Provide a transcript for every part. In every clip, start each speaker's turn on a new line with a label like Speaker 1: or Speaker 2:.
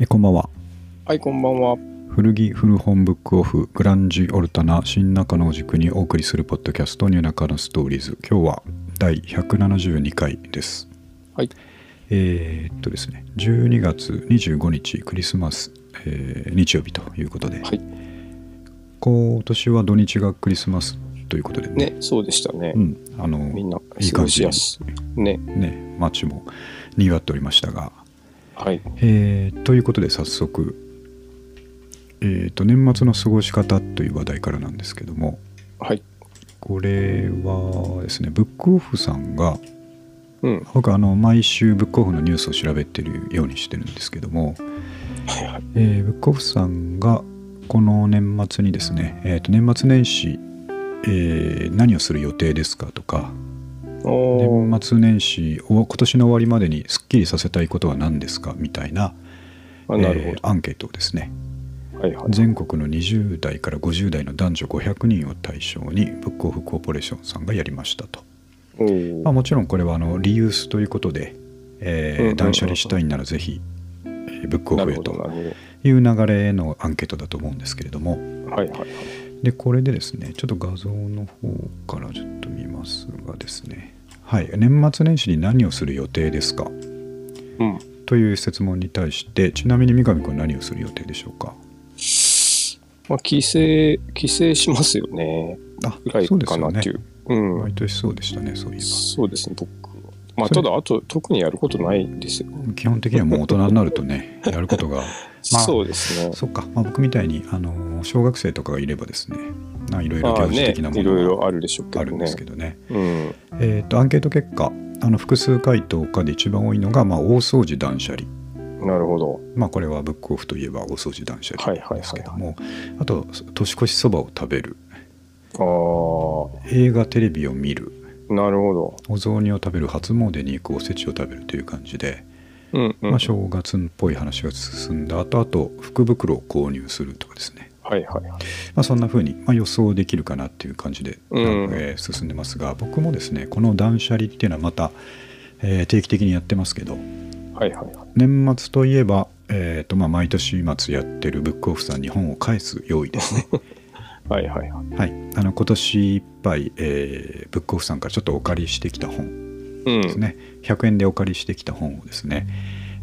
Speaker 1: えこんばんは
Speaker 2: はい、こんばんは。
Speaker 1: 古着古本ブックオフグランジオルタナ新中野を軸にお送りするポッドキャスト「ニューナカのストーリーズ」今日は第172回です
Speaker 2: はい
Speaker 1: えーっとですね12月25日クリスマス、えー日曜日ということで、
Speaker 2: はい
Speaker 1: 今年は土日がクリスマスということでね
Speaker 2: ね、そうでしたね
Speaker 1: う。んあの
Speaker 2: みんな、
Speaker 1: いい
Speaker 2: 過
Speaker 1: 感
Speaker 2: ごし
Speaker 1: じに
Speaker 2: やすい。ね、
Speaker 1: ね街も賑わっておりましたが
Speaker 2: はい。
Speaker 1: えーということで早速、えーと年末の過ごし方という話題からなんですけども
Speaker 2: はい。
Speaker 1: これはですねブックオフさんが
Speaker 2: うん。
Speaker 1: 僕あの毎週ブックオフのニュースを調べてるようにしてるんですけども、
Speaker 2: はいはい。
Speaker 1: えーブックオフさんがこの年末にですね、えーと年末年始、えー何をする予定ですかとか
Speaker 2: おー
Speaker 1: 年末年始を今年の終わりまでにすっきりさせたいことは何ですかみたいな
Speaker 2: あ、な
Speaker 1: え
Speaker 2: る
Speaker 1: ーアンケートをですね
Speaker 2: ほど。はいはい。
Speaker 1: 全国の20代から50代の男女500人を対象にブックオフコーポレーションさんがやりましたと、
Speaker 2: お
Speaker 1: まあ、
Speaker 2: ー
Speaker 1: もちろんこれはあのリユースということで、えー
Speaker 2: うんうんうん
Speaker 1: 断捨離したいならぜひえーブックオ
Speaker 2: な
Speaker 1: フ
Speaker 2: る
Speaker 1: へ
Speaker 2: ほど、な
Speaker 1: と
Speaker 2: る
Speaker 1: いう流れのアンケートだと思うんですけれども
Speaker 2: ほど。はいはいはい。
Speaker 1: でこれでですねちょっと画像の方からちょっと見ますがですねはい年末年始に何をする予定ですか
Speaker 2: うん。
Speaker 1: という質問に対してちなみに三上君何をする予定でしょうか
Speaker 2: まあ、帰省、帰省しますよね。
Speaker 1: あ
Speaker 2: ぐらい
Speaker 1: そうです
Speaker 2: かな
Speaker 1: よ
Speaker 2: っ
Speaker 1: ね
Speaker 2: ていう。うん。
Speaker 1: 毎年そうでしたねそういえば
Speaker 2: そうですね、僕は。まあ、
Speaker 1: それ
Speaker 2: ただ、あと、特にやることないんですよ。
Speaker 1: 基本的にはもう大人になると ねやることがまあ
Speaker 2: そうですね。
Speaker 1: そっか、まあ、僕みたいにあの小学生とかがいればですねまあいろいろ
Speaker 2: まあ
Speaker 1: 行事
Speaker 2: ね、
Speaker 1: 的なも
Speaker 2: いろい
Speaker 1: の
Speaker 2: ろ
Speaker 1: が
Speaker 2: あるでしょうけ
Speaker 1: ある
Speaker 2: ど
Speaker 1: ん
Speaker 2: ね
Speaker 1: です。けどね
Speaker 2: うん。
Speaker 1: えっとアンケート結果あの複数回答かで一番多いのが、まあ、大掃除断捨離、
Speaker 2: なるほど。
Speaker 1: まあ、これはブックオフといえば大掃除断捨
Speaker 2: はいはいは
Speaker 1: 離
Speaker 2: い
Speaker 1: ですけども、あと年越しそばを食べる
Speaker 2: あ
Speaker 1: 映画テレビを見る
Speaker 2: あ、なるほど。
Speaker 1: お雑煮を食べる初詣に行くおせちを食べるという感じで、
Speaker 2: うん、うん。
Speaker 1: まあ、
Speaker 2: はい
Speaker 1: 正月っぽい話が進んだ後あと福袋を購入するとかですね、
Speaker 2: はいはい。
Speaker 1: まあ、そんな風に、まあ、予想できるかなっていう感じで、
Speaker 2: うん
Speaker 1: えー進んでますが僕もですねこの断捨離っていうのはまた、えー定期的にやってますけど
Speaker 2: はいはいはい。
Speaker 1: 年末といえば、えーとまあ、毎年末やってるブックオフさんに本を返す用意です ね、
Speaker 2: はいはいはい。
Speaker 1: はい、あの今年いっぱい、えーブックオフさんからちょっとお借りしてきた本
Speaker 2: うん。
Speaker 1: ですね、100円でお借りしてきた本をですね、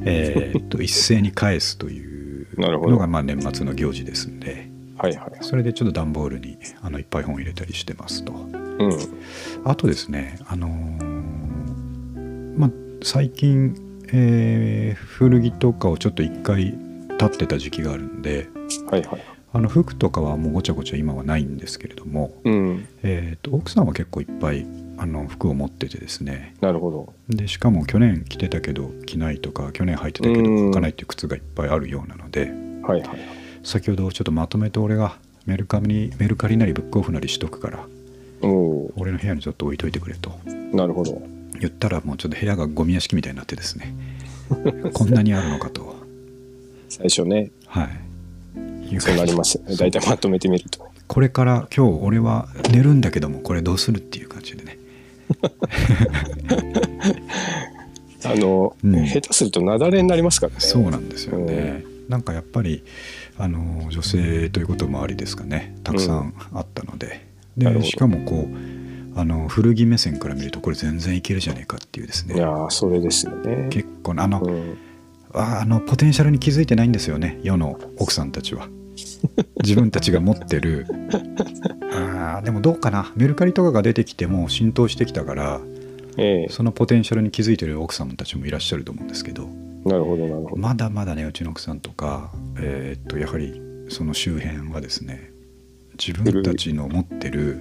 Speaker 1: えーと一斉に返すという
Speaker 2: なるほ
Speaker 1: の
Speaker 2: ど。
Speaker 1: が
Speaker 2: はい
Speaker 1: まあ年末の行事ですんで
Speaker 2: はいはい。
Speaker 1: それでちょっと段ボールにあのいっぱい本を入れたりしてますと。
Speaker 2: うん。
Speaker 1: あとですね、あのーまあ、最近、えー古着とかをちょっと一回経ってた時期があるんで
Speaker 2: はいはい。
Speaker 1: あの服とかはもうごちゃごちゃ今はないんですけれども、
Speaker 2: うん。
Speaker 1: えーと奥さんは結構いっぱいあの服を持っててですね
Speaker 2: なるほど。
Speaker 1: でしかも去年着てたけど着ないとか去年履いてたけど
Speaker 2: うん
Speaker 1: 履かないっていう靴がいっぱいあるようなので
Speaker 2: はいはい。
Speaker 1: 先ほどちょっとまとめて俺がメルカリにメルカリなりブックオフなりしとくから
Speaker 2: おお
Speaker 1: 俺の部屋にちょっと置いといてくれと
Speaker 2: ー。なるほど。
Speaker 1: 言ったらもうちょっと部屋がゴミ屋敷みたいになってです ねこんなにあるのかと
Speaker 2: 最初ね、
Speaker 1: はい
Speaker 2: そうなりますよね。大体まとめてみると。
Speaker 1: これから今日俺は寝るんだけどもこれどうするっていう感じでね
Speaker 2: あの、
Speaker 1: うん
Speaker 2: 下手すると雪崩になりますからね。
Speaker 1: そうなんですよねなんかやっぱりあの女性ということもありですかねたくさんあったので、
Speaker 2: なる
Speaker 1: で
Speaker 2: ほど
Speaker 1: しかもこうあの古着目線から見るとこれ全然いけるじゃねえかっていうです
Speaker 2: いや
Speaker 1: ね
Speaker 2: ー、それですよね。
Speaker 1: 結構なあの、
Speaker 2: うん、
Speaker 1: ああのポテンシャルに気づいてないんですよね世の奥さんたちは自分たちが持ってるあーでもどうかなメルカリとかが出てきてもう浸透してきたから
Speaker 2: ええ
Speaker 1: そのポテンシャルに気づいてる奥様たちもいらっしゃると思うんですけど
Speaker 2: なるほど、なるほど。
Speaker 1: まだまだねうちの奥さんとか、えーっとやはりその周辺はですね自分たちの持ってる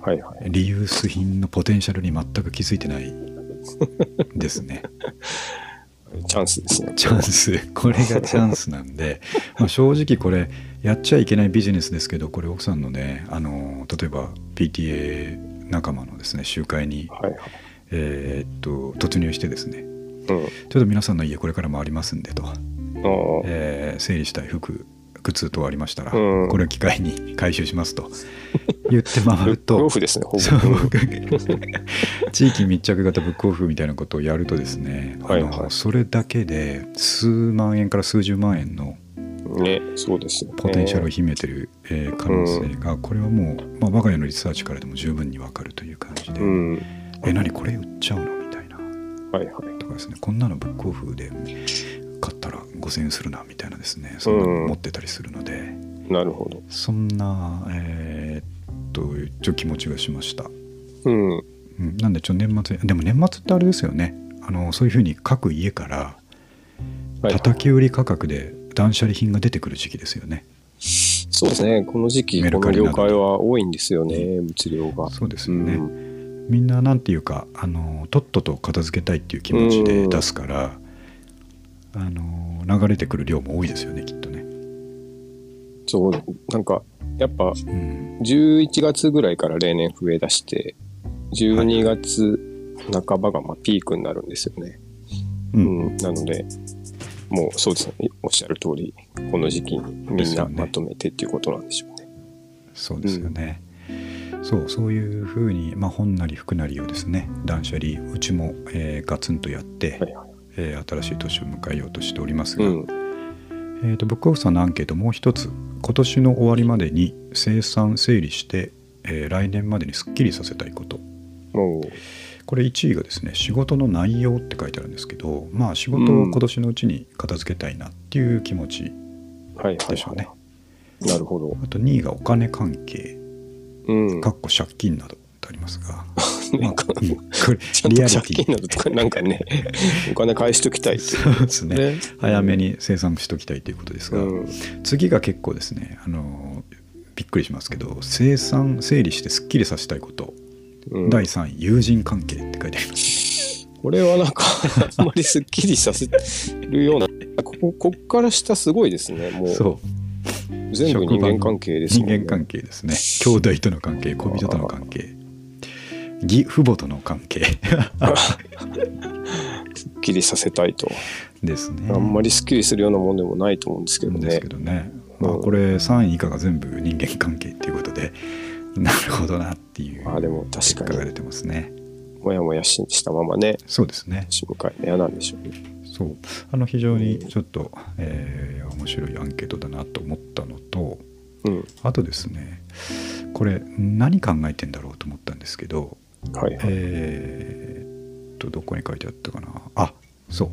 Speaker 2: はいはい。
Speaker 1: リユース品のポテンシャルに全く気づいてないですね。
Speaker 2: チャンスですね。
Speaker 1: チャンスこれがチャンスなんでまあ正直これやっちゃいけないビジネスですけどこれ奥さんのねあの例えば PTA 仲間のですね集会に、
Speaker 2: はいはい。
Speaker 1: えーっと突入してですね
Speaker 2: うん。
Speaker 1: ちょっと皆さんの家これからもありますんでと、
Speaker 2: あー
Speaker 1: えー整理したい服ック2等ありましたら、
Speaker 2: うん
Speaker 1: これを機会に回収しますと 言って回
Speaker 2: ブ
Speaker 1: る
Speaker 2: ックオ
Speaker 1: と
Speaker 2: フですね、ほぼ。
Speaker 1: そう僕 地域密着型ブックオフみたいなことをやるとですね、
Speaker 2: はい
Speaker 1: あ
Speaker 2: は
Speaker 1: の
Speaker 2: い
Speaker 1: それだけで数万円から数十万円の
Speaker 2: ね、そうですよね。
Speaker 1: ポテンシャルを秘めてる、えー可能性が、これはもう、まあ、我が家のリサーチからでも十分にわかるという感じで、
Speaker 2: うん。
Speaker 1: え何これ売っちゃうのみたいな
Speaker 2: はいはい。
Speaker 1: とかですねこんなのブックオフで買ったら5000円するなみたいなですねそんなの持ってたりするので、
Speaker 2: なるほど。
Speaker 1: そんなえーっと一応気持ちがしました、
Speaker 2: うん。
Speaker 1: うん、なんでちょっと年末でも年末ってあれですよねあのそういうふうに各家から
Speaker 2: はいはい
Speaker 1: 叩き売り価格で断捨離品が出てくる時期ですよね、
Speaker 2: そうですね、この時期、
Speaker 1: メ
Speaker 2: こ
Speaker 1: ルカ
Speaker 2: の
Speaker 1: リな
Speaker 2: 業
Speaker 1: ど
Speaker 2: 界は多いんですよね、物量が。
Speaker 1: そうです
Speaker 2: う
Speaker 1: よね、
Speaker 2: ん
Speaker 1: みんななんていうかあのとっとと片付けたいっていう気持ちで出すから、あの流れてくる量も多いですよねきっとね、
Speaker 2: そう、なんか、やっぱ、
Speaker 1: うん、
Speaker 2: 11月ぐらいから例年増え出して、12月半ばがまあピークになるんですよね。
Speaker 1: う
Speaker 2: うんん、なので、もうそうですね、おっしゃる通り、この時期にみ
Speaker 1: です
Speaker 2: ん
Speaker 1: よ
Speaker 2: な
Speaker 1: ね
Speaker 2: まとめてっていうことなんでしょうね。
Speaker 1: そうですよね、そうそういうふうに、まあ、本なり服なりをですね断捨離うちも、えーガツンとやって、
Speaker 2: はいはい。
Speaker 1: えー新しい年を迎えようとしております
Speaker 2: う
Speaker 1: が、
Speaker 2: ん。
Speaker 1: えー、とブックオフさんのアンケートもう一つ今年の終わりまでに生産整理して、えー来年までにすっきりさせたいこと
Speaker 2: もう、
Speaker 1: これ1位がですね仕事の内容って書いてあるんですけどまあ仕事を今年のうちに片付けたいなっていう気持ち
Speaker 2: はいはい、
Speaker 1: でしょうね
Speaker 2: は、い。なるほど。
Speaker 1: あと2位がお金関係
Speaker 2: うん。
Speaker 1: かっこ借金などとあります が、ま
Speaker 2: な
Speaker 1: あ、うん
Speaker 2: か
Speaker 1: ん、これ
Speaker 2: ちゃん
Speaker 1: リ
Speaker 2: と
Speaker 1: アリテ
Speaker 2: 借
Speaker 1: ィ
Speaker 2: 金などとか、なんかね、お金返しときたいってい
Speaker 1: そうです
Speaker 2: う
Speaker 1: ね
Speaker 2: ね。
Speaker 1: 早めに生産しておきたいということです
Speaker 2: う
Speaker 1: が、
Speaker 2: ん。
Speaker 1: 次が結構ですねあのびっくりしますけど生産整理してすっきりさせたいこと、
Speaker 2: うん
Speaker 1: 第3位友人関係って書いてあります
Speaker 2: これはなんか あんまりすっきりさせるようなこここっから下すごいですねもう
Speaker 1: そう
Speaker 2: 全部人間関係です
Speaker 1: 人
Speaker 2: もんね
Speaker 1: 間関係ですね兄弟との関係恋人との関係義父母との関係
Speaker 2: すっきりさせたいと
Speaker 1: ですね
Speaker 2: あんま
Speaker 1: り
Speaker 2: りすっきりするようなもんでもないと思うんですけど
Speaker 1: で
Speaker 2: ね
Speaker 1: すけどね、まあ、
Speaker 2: うん
Speaker 1: これ3位以下が全部人間関係っていうことでなるほどなっていう
Speaker 2: まあでも
Speaker 1: 結
Speaker 2: 確
Speaker 1: 果
Speaker 2: か
Speaker 1: が
Speaker 2: に
Speaker 1: 出てますね
Speaker 2: もやもやししたままね
Speaker 1: そうですね
Speaker 2: 年迎え嫌なんでしょうね
Speaker 1: そうあの非常にちょっと、えー面白いアンケートだなと思ったのと
Speaker 2: うん
Speaker 1: あとですねこれ何考えてんだろうと思ったんですけど
Speaker 2: はいはい
Speaker 1: えーっとどこに書いてあったかなあそう、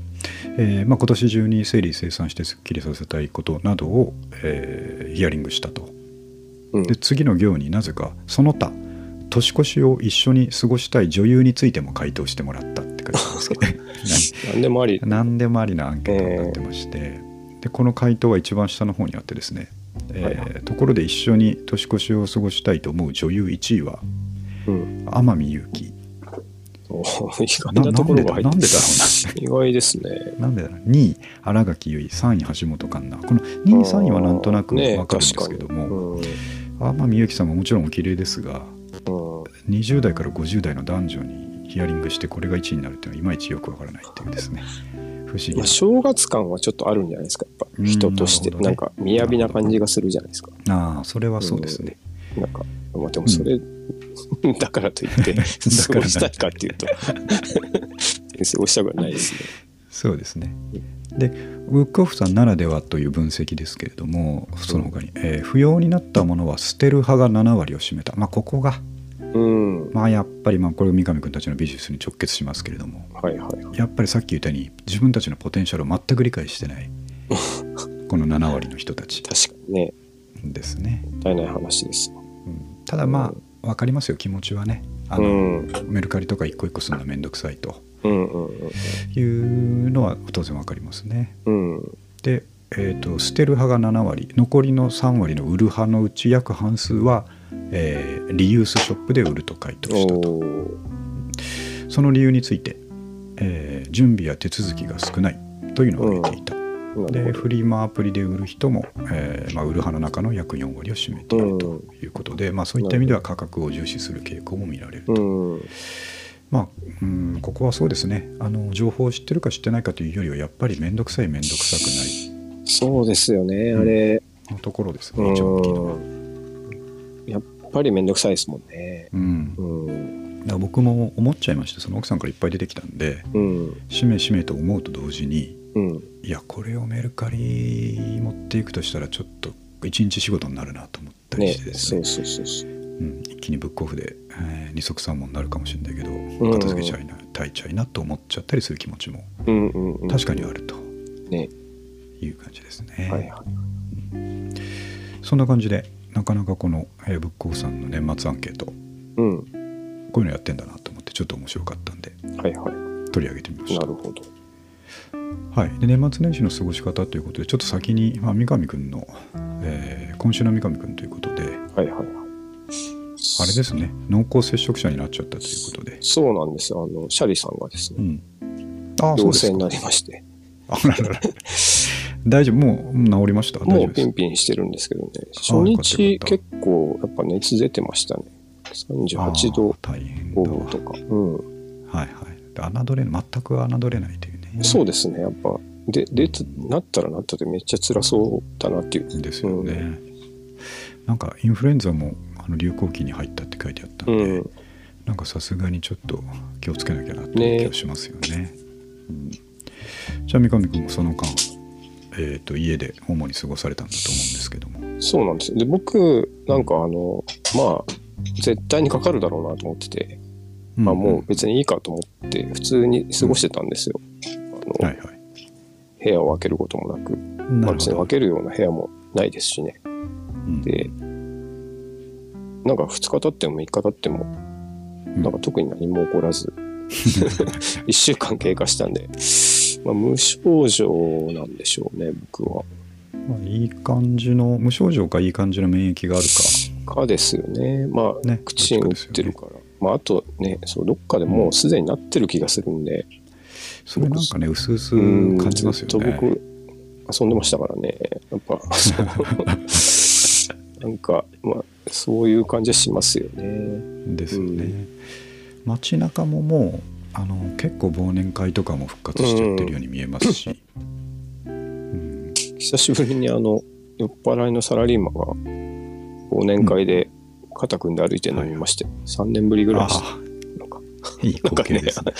Speaker 1: えーまあ、今年中に整理整産してすっきりさせたいことなどを、えーヒアリングしたと
Speaker 2: うん
Speaker 1: で次の行になぜかその他年越しを一緒に過ごしたい女優についても回答してもらったって書いてあるんです けど
Speaker 2: 何でもあり
Speaker 1: 何何でもありなアンケートになってまして、でこの回答は一番下の方にあってですね、えー
Speaker 2: はいは
Speaker 1: ところで一緒に年越しを過ごしたいと思う女優1位は
Speaker 2: うん
Speaker 1: 天海祐希
Speaker 2: おー意外なところが入って
Speaker 1: ななんでだ
Speaker 2: 意外ですね
Speaker 1: なんでだろう2位新垣結衣3位橋本環奈この2位3位はなんとなく分かるんですけども、
Speaker 2: も
Speaker 1: 天海祐希さんももちろんお綺麗ですが20代から50代の男女にヒアリングしてこれが1位になるっていうのはいまいちよく分からないっていうですね不思議
Speaker 2: まあ、正月感はちょっとあるんじゃないですかやっ
Speaker 1: う
Speaker 2: ぱ
Speaker 1: ん
Speaker 2: 人として
Speaker 1: な
Speaker 2: な,、
Speaker 1: るほどね
Speaker 2: んか雅な感じがするじゃないですか
Speaker 1: なああそれはそうですね、
Speaker 2: なんかまあでもそれ、 だからといっ て過ごしたいかっていうと 過ごしたくはないですね
Speaker 1: そうですねでウックオフさんならではという分析ですけれどもその他に、えー不要になったものは捨てる派が7割を占めたまあここが
Speaker 2: うん
Speaker 1: まあやっぱりまあこれ三上君たちのビジネスに直結しますけれども
Speaker 2: はいはいはい
Speaker 1: やっぱりさっき言ったように自分たちのポテンシャルを全く理解して ないこの7割の人たち
Speaker 2: 確かにね
Speaker 1: ですね、
Speaker 2: もったいない話です
Speaker 1: うんただまあ分かりますよ気持ちはねあ
Speaker 2: う
Speaker 1: の、
Speaker 2: ん
Speaker 1: メルカリとか一個一個するのめんどくさいと
Speaker 2: うんうん
Speaker 1: いうのは当然分かりますね
Speaker 2: うんうん
Speaker 1: で、えー、と捨てる派が7割残りの3割の売る派のうち約半数は、えーリユースショップで売ると回答したと
Speaker 2: おー
Speaker 1: その理由について、えー準備や手続きが少ないというのを挙げていた、
Speaker 2: な
Speaker 1: で
Speaker 2: るほ
Speaker 1: フリマアプリで売る人も、えーまあ、売る派の中の約4割を占めているということで、まあ、そういった意味では価格を重視する傾向も見られる、
Speaker 2: どうん
Speaker 1: まあうんここはそうですねあの情報を知ってるか知ってないかというよりはやっぱり面倒くさい面倒くさくない
Speaker 2: そうですよね、あれ
Speaker 1: のところです
Speaker 2: う
Speaker 1: ね、一番大きいのは。
Speaker 2: んやっぱりめんどくさいですもんね。
Speaker 1: うん、だか
Speaker 2: うん。
Speaker 1: ら僕も思っちゃいましてその奥さんからいっぱい出てきたんで
Speaker 2: うん。
Speaker 1: しめしめと思うと同時に
Speaker 2: うん。
Speaker 1: いやこれをメルカリ持っていくとしたらちょっと一日仕事になるなと思ったり
Speaker 2: ね
Speaker 1: して、です
Speaker 2: そ
Speaker 1: ね
Speaker 2: うそうそうそう。
Speaker 1: うん、一気にブックオフで、えー二足三本になるかもしれないけど
Speaker 2: ん
Speaker 1: 片付けちゃいな、たいちゃいなと思っちゃったりする気持ちも
Speaker 2: うんうん、うん。
Speaker 1: 確かにあると
Speaker 2: ね。
Speaker 1: いう感じですね、
Speaker 2: はいはい。
Speaker 1: そんな感じでなかなかこの、えーブックオフさんの年末アンケートこ
Speaker 2: うん。
Speaker 1: ういうのやってんだなと思ってちょっと面白かったんで
Speaker 2: はいは
Speaker 1: 取り上げてみま
Speaker 2: い。
Speaker 1: し
Speaker 2: な
Speaker 1: た
Speaker 2: るほど。
Speaker 1: はい、で年末年始の過ごし方ということでちょっと先に、まあ、三上くんの、えー今週の三上くんということで
Speaker 2: はいはいはい。
Speaker 1: あれですね濃厚接触者になっちゃったということで、
Speaker 2: そうなんです。あの、シャリさんがです
Speaker 1: う
Speaker 2: ね、
Speaker 1: ん、ああそう
Speaker 2: 陽
Speaker 1: です
Speaker 2: 性
Speaker 1: か
Speaker 2: になりまして、
Speaker 1: あららら大丈夫もう治りました大丈
Speaker 2: も
Speaker 1: 夫
Speaker 2: う
Speaker 1: で
Speaker 2: ピ
Speaker 1: す
Speaker 2: ンピンしてるんですけどね、初
Speaker 1: よかったよ
Speaker 2: 日
Speaker 1: かった
Speaker 2: 結構やっぱ熱出てましたね。38度
Speaker 1: あー大変だ
Speaker 2: 5
Speaker 1: わ
Speaker 2: 分とか。うん。
Speaker 1: はいはい侮れ全く侮れないというね
Speaker 2: そうですね、やっぱ。で、で、なったらなったでめっちゃ辛そうだなっていう。
Speaker 1: ですよね、なんかインフルエンザもあの流行期に入ったって書いてあったん
Speaker 2: う
Speaker 1: で、
Speaker 2: ん。
Speaker 1: なんかさすがにちょっと気をつけなきゃなって
Speaker 2: ね
Speaker 1: 気がしますよね。うんじゃあ三上君もその間、えー、と家で主に過ごされたんだと思うんですけども。
Speaker 2: そうなんです。で、僕、なんかあの、まあ、絶対にかかるだろうなと思ってて、まあもう別にいいかと思って、普通に過ごしてたんですよ。あ
Speaker 1: は
Speaker 2: の
Speaker 1: いはい。
Speaker 2: 部屋を開けることもなく、ま
Speaker 1: な
Speaker 2: あ
Speaker 1: る
Speaker 2: 別
Speaker 1: ほ
Speaker 2: に分
Speaker 1: ど。
Speaker 2: けるような部屋もないですしね。
Speaker 1: うん
Speaker 2: で、なんか2日経っても3日経っても、なんか特に何も起こらず、1週間経過したんで、まあ、無症状なんでしょうね、僕は。
Speaker 1: まあいい感じの無症状かいい感じの免疫がある
Speaker 2: かですよね。まあ、
Speaker 1: ね
Speaker 2: ワクチン打ってるから。まあ、あとね、そうどっかでもうすでになってる気がするんで、
Speaker 1: かそれなんかね薄々感じますよ
Speaker 2: ずっ
Speaker 1: ね
Speaker 2: と。僕、遊んでましたからね、や っぱ、そうなんか、まあ、そういう感じはしますよね。
Speaker 1: ですよね、
Speaker 2: う
Speaker 1: 街中ももうあの結構忘年会とかも復活しちゃってるように見えますし、うん
Speaker 2: 久しぶりにあの、酔っ払いのサラリーマンが、忘年会で肩組んで歩いてるの見まして、3年ぶりぐらい
Speaker 1: あ
Speaker 2: でした。
Speaker 1: あ
Speaker 2: なんか
Speaker 1: いい光景ですね。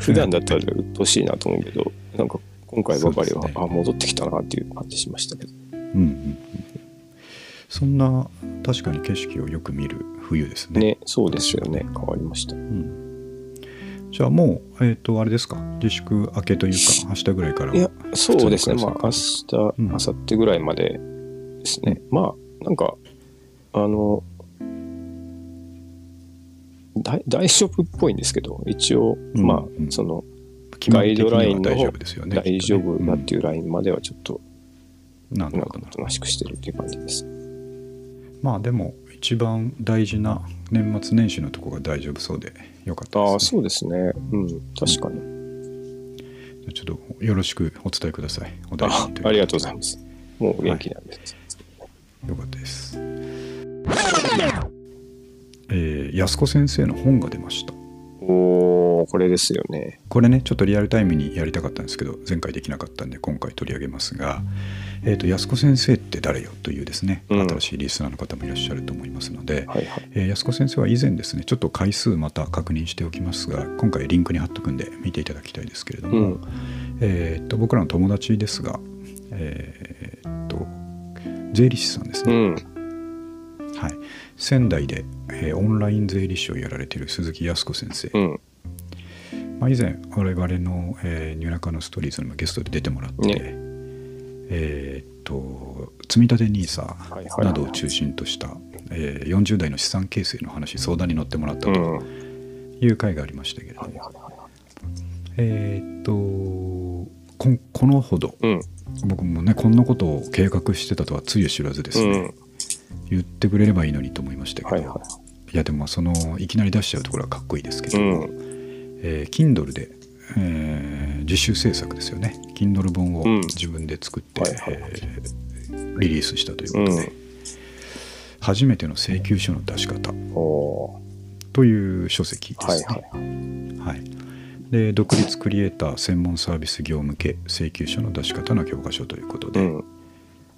Speaker 2: 普段だったら鬱陶しいなと思うけど、なんか今回ばかり
Speaker 1: そう
Speaker 2: は、
Speaker 1: ですね
Speaker 2: あ、戻ってきたなっていう感じしましたけど。
Speaker 1: うんうんうんそんな確かに景色をよく見る冬ですね。
Speaker 2: ね、そうですよね。変わりました。
Speaker 1: うんじゃあもう、えっとあれですか自粛明けというか明日ぐらいから
Speaker 2: いや
Speaker 1: は、
Speaker 2: そうですね。まあ、
Speaker 1: 普
Speaker 2: 明日、
Speaker 1: うん
Speaker 2: 明後日ぐらいまでですね。まあ、なんか、あの、大大丈夫っぽいんですけど、一応、
Speaker 1: うん
Speaker 2: まあ
Speaker 1: う、ん
Speaker 2: その、
Speaker 1: 基本的には
Speaker 2: ガイドラインの
Speaker 1: 大丈夫ですよね。
Speaker 2: 大丈夫だって
Speaker 1: い
Speaker 2: いうラインまではちょっと、
Speaker 1: うん。な
Speaker 2: な
Speaker 1: る
Speaker 2: ん
Speaker 1: ほ
Speaker 2: か
Speaker 1: どな
Speaker 2: おとなしくしてるっていう感じです。
Speaker 1: まあでも一番大事な年末年始のとこが大丈夫そうでよかった
Speaker 2: ああ、
Speaker 1: です、ね。
Speaker 2: そうですね。うん、確かに。
Speaker 1: ちょっとよろしくお伝えください。お大事
Speaker 2: あ
Speaker 1: にという
Speaker 2: ありがとうございます。もう元気なんです。
Speaker 1: よかったです。えー安子先生の本が出ました。
Speaker 2: おおこれですよね。
Speaker 1: これねちょっとリアルタイムにやりたかったんですけど前回できなかったんで今回取り上げますが、えー、と安子先生って誰よというですね、
Speaker 2: うん
Speaker 1: 新しいリスナーの方もいらっしゃると思いますので、
Speaker 2: はいはい。
Speaker 1: えー安子先生は以前ですねちょっと回数また確認しておきますが今回リンクに貼っとくんで見ていただきたいですけれども、
Speaker 2: うん
Speaker 1: えー、と僕らの友達ですが、えー、と税理士さんです
Speaker 2: う
Speaker 1: ね、
Speaker 2: ん。
Speaker 1: はい、仙台で、えーオンライン税理士をやられている鈴木康子先生
Speaker 2: うん。
Speaker 1: まあ、以前我々の「えー、ニューラカのストーリーズ」にもゲストで出てもらって、
Speaker 2: ね
Speaker 1: えーっと積み立て NISA
Speaker 2: はいはいはい
Speaker 1: などを中心とした、えー40代の資産形成の話相談に乗ってもらった
Speaker 2: う
Speaker 1: と
Speaker 2: ん。はい
Speaker 1: いう回がありましたけれども、
Speaker 2: はいは
Speaker 1: えーっとこんこのほど
Speaker 2: い。うん。
Speaker 1: 僕もねこんなことを計画してたとはつゆ知らずです
Speaker 2: う
Speaker 1: ね、
Speaker 2: ん。
Speaker 1: 言ってくれればいいのにと思いましたけど、
Speaker 2: はい
Speaker 1: い
Speaker 2: は
Speaker 1: やでもまあそのいきなり出しちゃうところはかっこいいですけ
Speaker 2: い。う
Speaker 1: ども、
Speaker 2: ん。
Speaker 1: えー Kindle で、えー自主制作ですよね Kindle 本を
Speaker 2: うん
Speaker 1: 自分で作って、
Speaker 2: はいはいはい
Speaker 1: えーリリースしたということで、
Speaker 2: うん
Speaker 1: 初めての請求書の出し方
Speaker 2: おお
Speaker 1: という書籍で
Speaker 2: ーは
Speaker 1: す
Speaker 2: い
Speaker 1: ね、
Speaker 2: はい。
Speaker 1: はいで独立クリエイター専門サービス業向け請求書の出し方の教科書ということ
Speaker 2: う
Speaker 1: で、
Speaker 2: ん。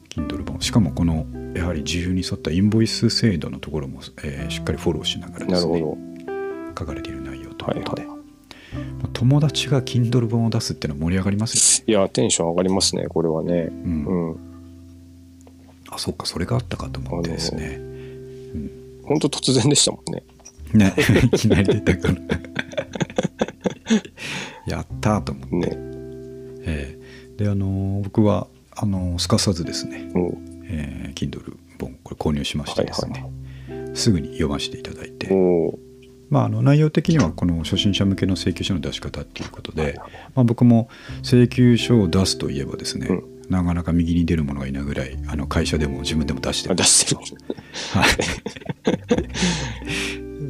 Speaker 1: Kindle 版をしかもこのやはり自由に沿ったインボイス制度のところも、えーしっかりフォローしながらで
Speaker 2: なる
Speaker 1: す
Speaker 2: ほ
Speaker 1: ね
Speaker 2: ど。
Speaker 1: 書かれている内容と
Speaker 2: はいいう
Speaker 1: こと
Speaker 2: は
Speaker 1: で、
Speaker 2: い。
Speaker 1: 友達が Kindle 本を出すってのは盛り上がります
Speaker 2: いや、テンション上がりますね、これはね。
Speaker 1: よ、うん
Speaker 2: うん。
Speaker 1: あそうかそれがあったかと思ってですね
Speaker 2: 本当突然でしたもんね。
Speaker 1: ね いきなり出たから やったーと思って、
Speaker 2: ね。
Speaker 1: えーであのー僕はあのーすかさずですね、
Speaker 2: うん。
Speaker 1: えー Kindle 本これ購入しましてですね、
Speaker 2: は
Speaker 1: すぐに読ませていただいて、
Speaker 2: おお。
Speaker 1: まあ、あの内容的にはこの初心者向けの請求書の出し方っていうことで、
Speaker 2: はいは
Speaker 1: ま
Speaker 2: い
Speaker 1: あ、僕も請求書を出すといえばですね、
Speaker 2: う
Speaker 1: なかなか右に出るものがいないぐらいあの会社でも自分でも出して
Speaker 2: あ
Speaker 1: る
Speaker 2: 出し てる。
Speaker 1: はい、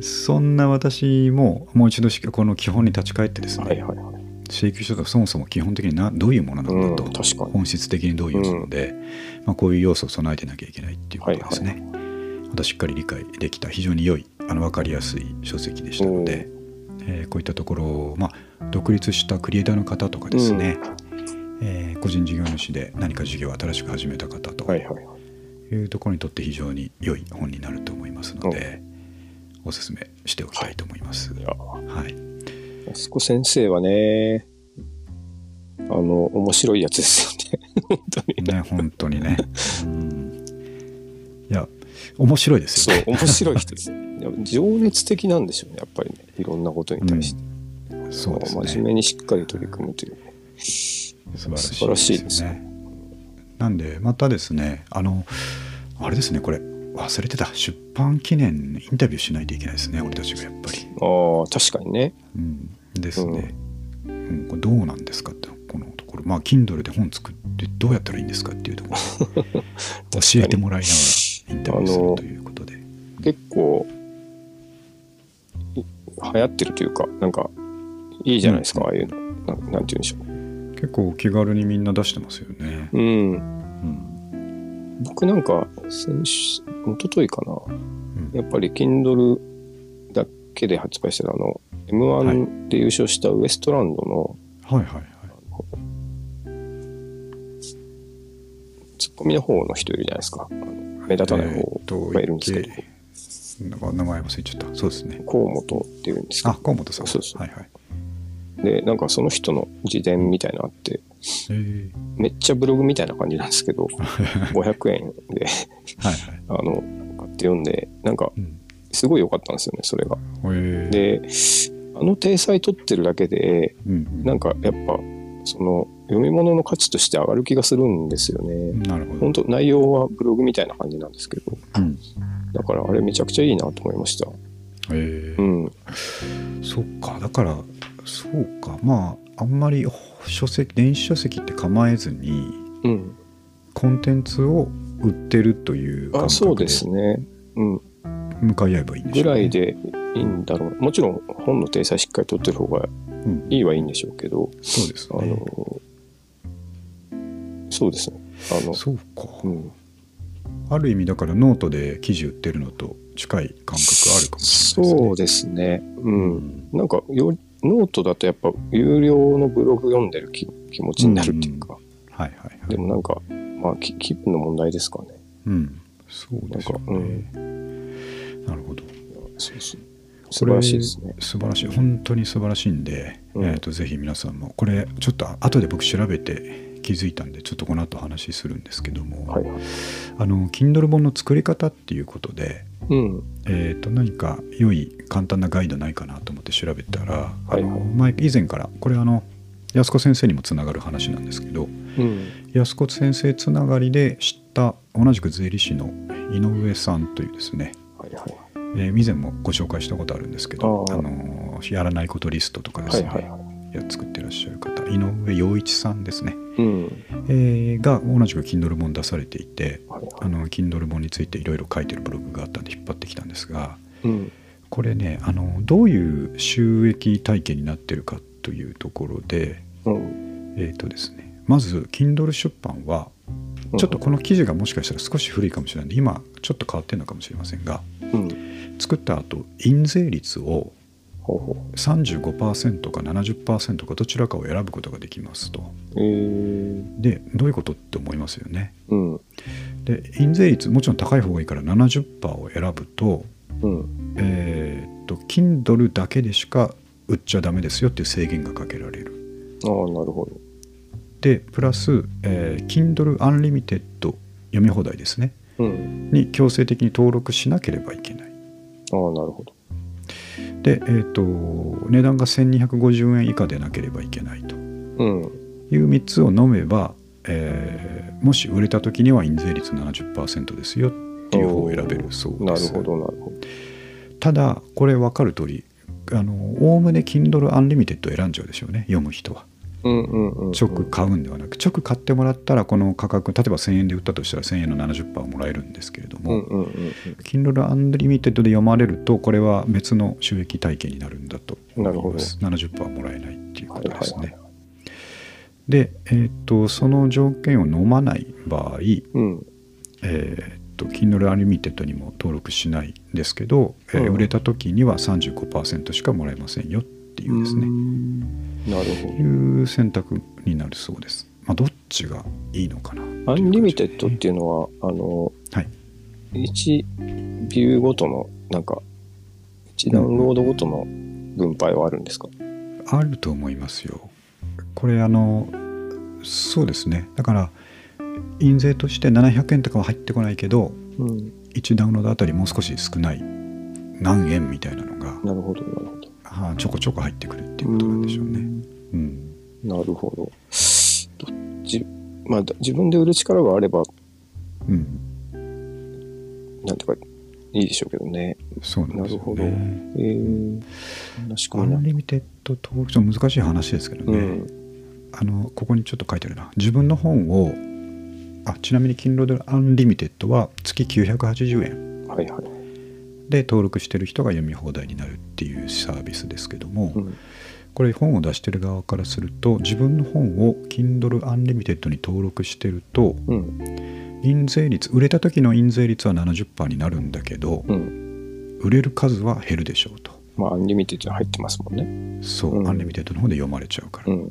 Speaker 1: そんな私ももう一度しこの基本に立ち返ってですね、
Speaker 2: はいはいはい。
Speaker 1: 請求書がそもそも基本的になどういうものな
Speaker 2: うんん、
Speaker 1: だと、
Speaker 2: 確かに。
Speaker 1: 本質的にどういうもので、まあ、こういう要素を備えてなきゃいけないっていうことですね、
Speaker 2: はい
Speaker 1: またしっかり理解できた非常に良いあの分かりやすい書籍でしたので、えーこういったところを、まあ、独立したクリエイターの方とかですね、えー個人事業主で何か事業を新しく始めた方と
Speaker 2: はいはいはい。
Speaker 1: いうところにとって非常に良い本になると思いますので、おすすめしておきたいと思います。
Speaker 2: い
Speaker 1: は
Speaker 2: や、
Speaker 1: い、
Speaker 2: 安子先生はね、あの、面白いやつですよね。 本当に。
Speaker 1: ね本当にね。うんいや面白いです
Speaker 2: そ
Speaker 1: よ
Speaker 2: う
Speaker 1: ね、。
Speaker 2: 面白い人です。いや情熱的なんでしょうね、やっぱりね。いろんなことに対して。
Speaker 1: そうですね
Speaker 2: 真面目にしっかり取り組むという。
Speaker 1: 素
Speaker 2: 素晴らしいです
Speaker 1: よね。なんでまたですねあのあれですねこれ忘れてた出版記念インタビューしないといけないですね俺たちがやっぱり。
Speaker 2: ああ、確かにね。
Speaker 1: うん、ですね、うんこれどうなんですかってこのところまあ Kindle で本作ってどうやったらいいんですかっていうところ 教えてもらいながらインタビューするということで。
Speaker 2: 結構、い流行ってるというか、なんか、いいじゃないですか、
Speaker 1: うん
Speaker 2: ああいうの。なんなんて言うんでしょう。
Speaker 1: 結構気軽にみんな出してますよね。
Speaker 2: うん。
Speaker 1: うん
Speaker 2: 僕なんか、先週、一昨日かな。
Speaker 1: うん
Speaker 2: やっぱり Kindle だけで発売してたあの M1 で優勝したウエストランドの
Speaker 1: はいはいはい。
Speaker 2: ツッコミの方の人いるじゃないですか。あの目立たない方がいるんですけど、
Speaker 1: えーっとなんか名前忘れちゃった。そうですね。
Speaker 2: 河本っていうんですけ
Speaker 1: あ、河本さん。
Speaker 2: そうそう
Speaker 1: はいはい。
Speaker 2: ど、で、なんかその人の自伝みたいなのあって、
Speaker 1: え ー
Speaker 2: めっちゃブログみたいな感じなんですけど、500円で
Speaker 1: はいはい。
Speaker 2: あの買って読んで、なんか
Speaker 1: うん。
Speaker 2: すごい良かったんですよね、それが。
Speaker 1: えー、
Speaker 2: で、あの体裁取ってるだけで、
Speaker 1: うん、
Speaker 2: なんかやっぱ、その読み物の価値として上がる気がするんですよね。
Speaker 1: なるほど
Speaker 2: 本。当内容はブログみたいな感じなんですけど
Speaker 1: うん、
Speaker 2: だからあれめちゃくちゃいいなと思いました
Speaker 1: えー
Speaker 2: うん
Speaker 1: そっかだからそうかまああんまり書籍電子書籍って構えずに
Speaker 2: うん
Speaker 1: コンテンツを売ってるという感
Speaker 2: あそう
Speaker 1: 覚
Speaker 2: で
Speaker 1: です
Speaker 2: ねうん
Speaker 1: 向かい合えばいいんで
Speaker 2: ぐ
Speaker 1: しょう
Speaker 2: ら
Speaker 1: ね、
Speaker 2: いでいいんだろうもちろん本の体裁しっかり取ってる方が
Speaker 1: うん
Speaker 2: いいはいいんでしょうけど
Speaker 1: そうです
Speaker 2: あ
Speaker 1: ね
Speaker 2: のそうですねあの
Speaker 1: そうか
Speaker 2: うん
Speaker 1: ある意味だからノートで記事売ってるのと近い感覚あるかもしれない
Speaker 2: そう
Speaker 1: で
Speaker 2: ですねう
Speaker 1: すね
Speaker 2: んなんかよりノートだとやっぱ有料のブログ読んでる気気持ちになるっていうか
Speaker 1: はいはいはい
Speaker 2: でもなんかまあき気分の問題ですかね
Speaker 1: うんそうですよね
Speaker 2: なん
Speaker 1: なるほど
Speaker 2: そうそう素晴らしいですね
Speaker 1: これ素晴らしい本当に素晴らしいんで、
Speaker 2: うん
Speaker 1: えー、とぜひ皆さんもこれちょっと後で僕調べて気づいたんでちょっとこの後話するんですけども、
Speaker 2: はいはい
Speaker 1: あの Kindle 本の作り方っていうことで、
Speaker 2: うん
Speaker 1: えー、と何か良い簡単なガイドないかなと思って調べたら、
Speaker 2: はい
Speaker 1: あの前以前からこれあの安子先生にもつながる話なんですけど
Speaker 2: うん、
Speaker 1: 安子先生つながりで知った同じく税理士の井上さんというですね
Speaker 2: はいはい。
Speaker 1: えー以前もご紹介したことあるんですけど
Speaker 2: あ
Speaker 1: あ
Speaker 2: ー
Speaker 1: のーやらないことリストとかで
Speaker 2: は
Speaker 1: す
Speaker 2: い
Speaker 1: ね、
Speaker 2: はいはい。
Speaker 1: いや作ってらっしゃる方井上陽一さんですね、
Speaker 2: うん。
Speaker 1: えーが同じく Kindle 本出されていて
Speaker 2: はい
Speaker 1: あの Kindle 本についていろいろ書いてるブログがあったんで引っ張ってきたんですが
Speaker 2: うん。
Speaker 1: これねあのどういう収益体系になってるかというところで
Speaker 2: うん。
Speaker 1: えっ、とですねまず Kindle 出版はちょっとこの記事がもしかしたら少し古いかもしれないんで今ちょっと変わってるのかもしれませんが
Speaker 2: うん。
Speaker 1: 作った後印税率を
Speaker 2: ほうほう
Speaker 1: 35%か70%かどちらかを選ぶことができますと。
Speaker 2: えー、
Speaker 1: でどういうことって思いますよね。
Speaker 2: うん、
Speaker 1: で印税率もちろん高い方がいいから70%を選ぶと,、
Speaker 2: うん、
Speaker 1: えーっと Kindle だけでしか売っちゃダメですよっていう制限がかけられる。
Speaker 2: ああ、なるほど。
Speaker 1: でプラス、えー Kindle Unlimited 読み放題ですね
Speaker 2: うん、
Speaker 1: に強制的に登録しなければいけない。
Speaker 2: ああ、なるほど。
Speaker 1: で、えー、と値段が1250円以下でなければいけないと
Speaker 2: うん、
Speaker 1: いう3つを飲めば、えーもし売れた時には印税率70%ですよっていう方を選べるそう
Speaker 2: な
Speaker 1: で
Speaker 2: る
Speaker 1: す
Speaker 2: ほど、なるほど。
Speaker 1: ただこれ分かる通りあのおおむね Kindle Unlimited を選んじゃうでしょうね読む人は
Speaker 2: うん、うん、うん。
Speaker 1: 直買うんではなく直買ってもらったらこの価格例えば1000円で売ったとしたら1000円の70%もらえるんですけれど
Speaker 2: う
Speaker 1: も、
Speaker 2: ん、うん、うん。
Speaker 1: Kindle Unlimited で読まれるとこれは別の収益体系になるんだと
Speaker 2: なるほど
Speaker 1: 70%はもらえないっていう
Speaker 2: は
Speaker 1: こ
Speaker 2: い、
Speaker 1: と
Speaker 2: は
Speaker 1: ですね、
Speaker 2: い、はい。
Speaker 1: で、えーっとその条件を飲まない場合、え
Speaker 2: うん、
Speaker 1: ーっと Kindle Unlimited にも登録しないんですけど、えー
Speaker 2: うん
Speaker 1: 売れた時には35%しかもらえませんよっていうですね、
Speaker 2: なるほど。
Speaker 1: いう選択になるそうです、まあ、どっちがいいのかな
Speaker 2: アンリミテッドっ
Speaker 1: って
Speaker 2: ていうのは、あの、
Speaker 1: はい
Speaker 2: 1ビューごとの、なんか、1ダウンロードごとの分配はあるんですか、
Speaker 1: いう感じでねあると思いますよこれあのそうですねだから印税として700円とかは入ってこないけど
Speaker 2: うん、
Speaker 1: 1ダウンロードあたりもう少し少ない何円みたいなのが
Speaker 2: なるほど、なるほど。
Speaker 1: はあ、ちょこちょこ入ってくるっていうことなんでしょうね。うん、
Speaker 2: なるほど。どっちまあ、だ自分で売る力があれば、
Speaker 1: うん、
Speaker 2: なんとかいいでしょうけどね。
Speaker 1: そうなんですよ
Speaker 2: なる
Speaker 1: ね。
Speaker 2: えー、そんな仕
Speaker 1: ア
Speaker 2: 組みな
Speaker 1: ン
Speaker 2: んだ
Speaker 1: リミテッド登録ちょっと難しい話ですけど
Speaker 2: う
Speaker 1: ね、
Speaker 2: ん。
Speaker 1: あのここにちょっと書いてあるな自分の本をあちなみに Kindle アンリミテッドは月980円
Speaker 2: はいはい。
Speaker 1: で登録してる人が読み放題になるっていうサービスですけども、
Speaker 2: うん。
Speaker 1: これ本を出してる側からすると自分の本を Kindle アンリミテッドに登録してると
Speaker 2: うん。
Speaker 1: 印税率売れた時の印税率は70%になるんだけど、
Speaker 2: うん。
Speaker 1: 売れる数は減るでしょうと
Speaker 2: まあ、アンリミテッド入ってますもんね。
Speaker 1: そう、
Speaker 2: うん
Speaker 1: アンリミテッドの方で読まれちゃうか
Speaker 2: う
Speaker 1: ら、
Speaker 2: ん。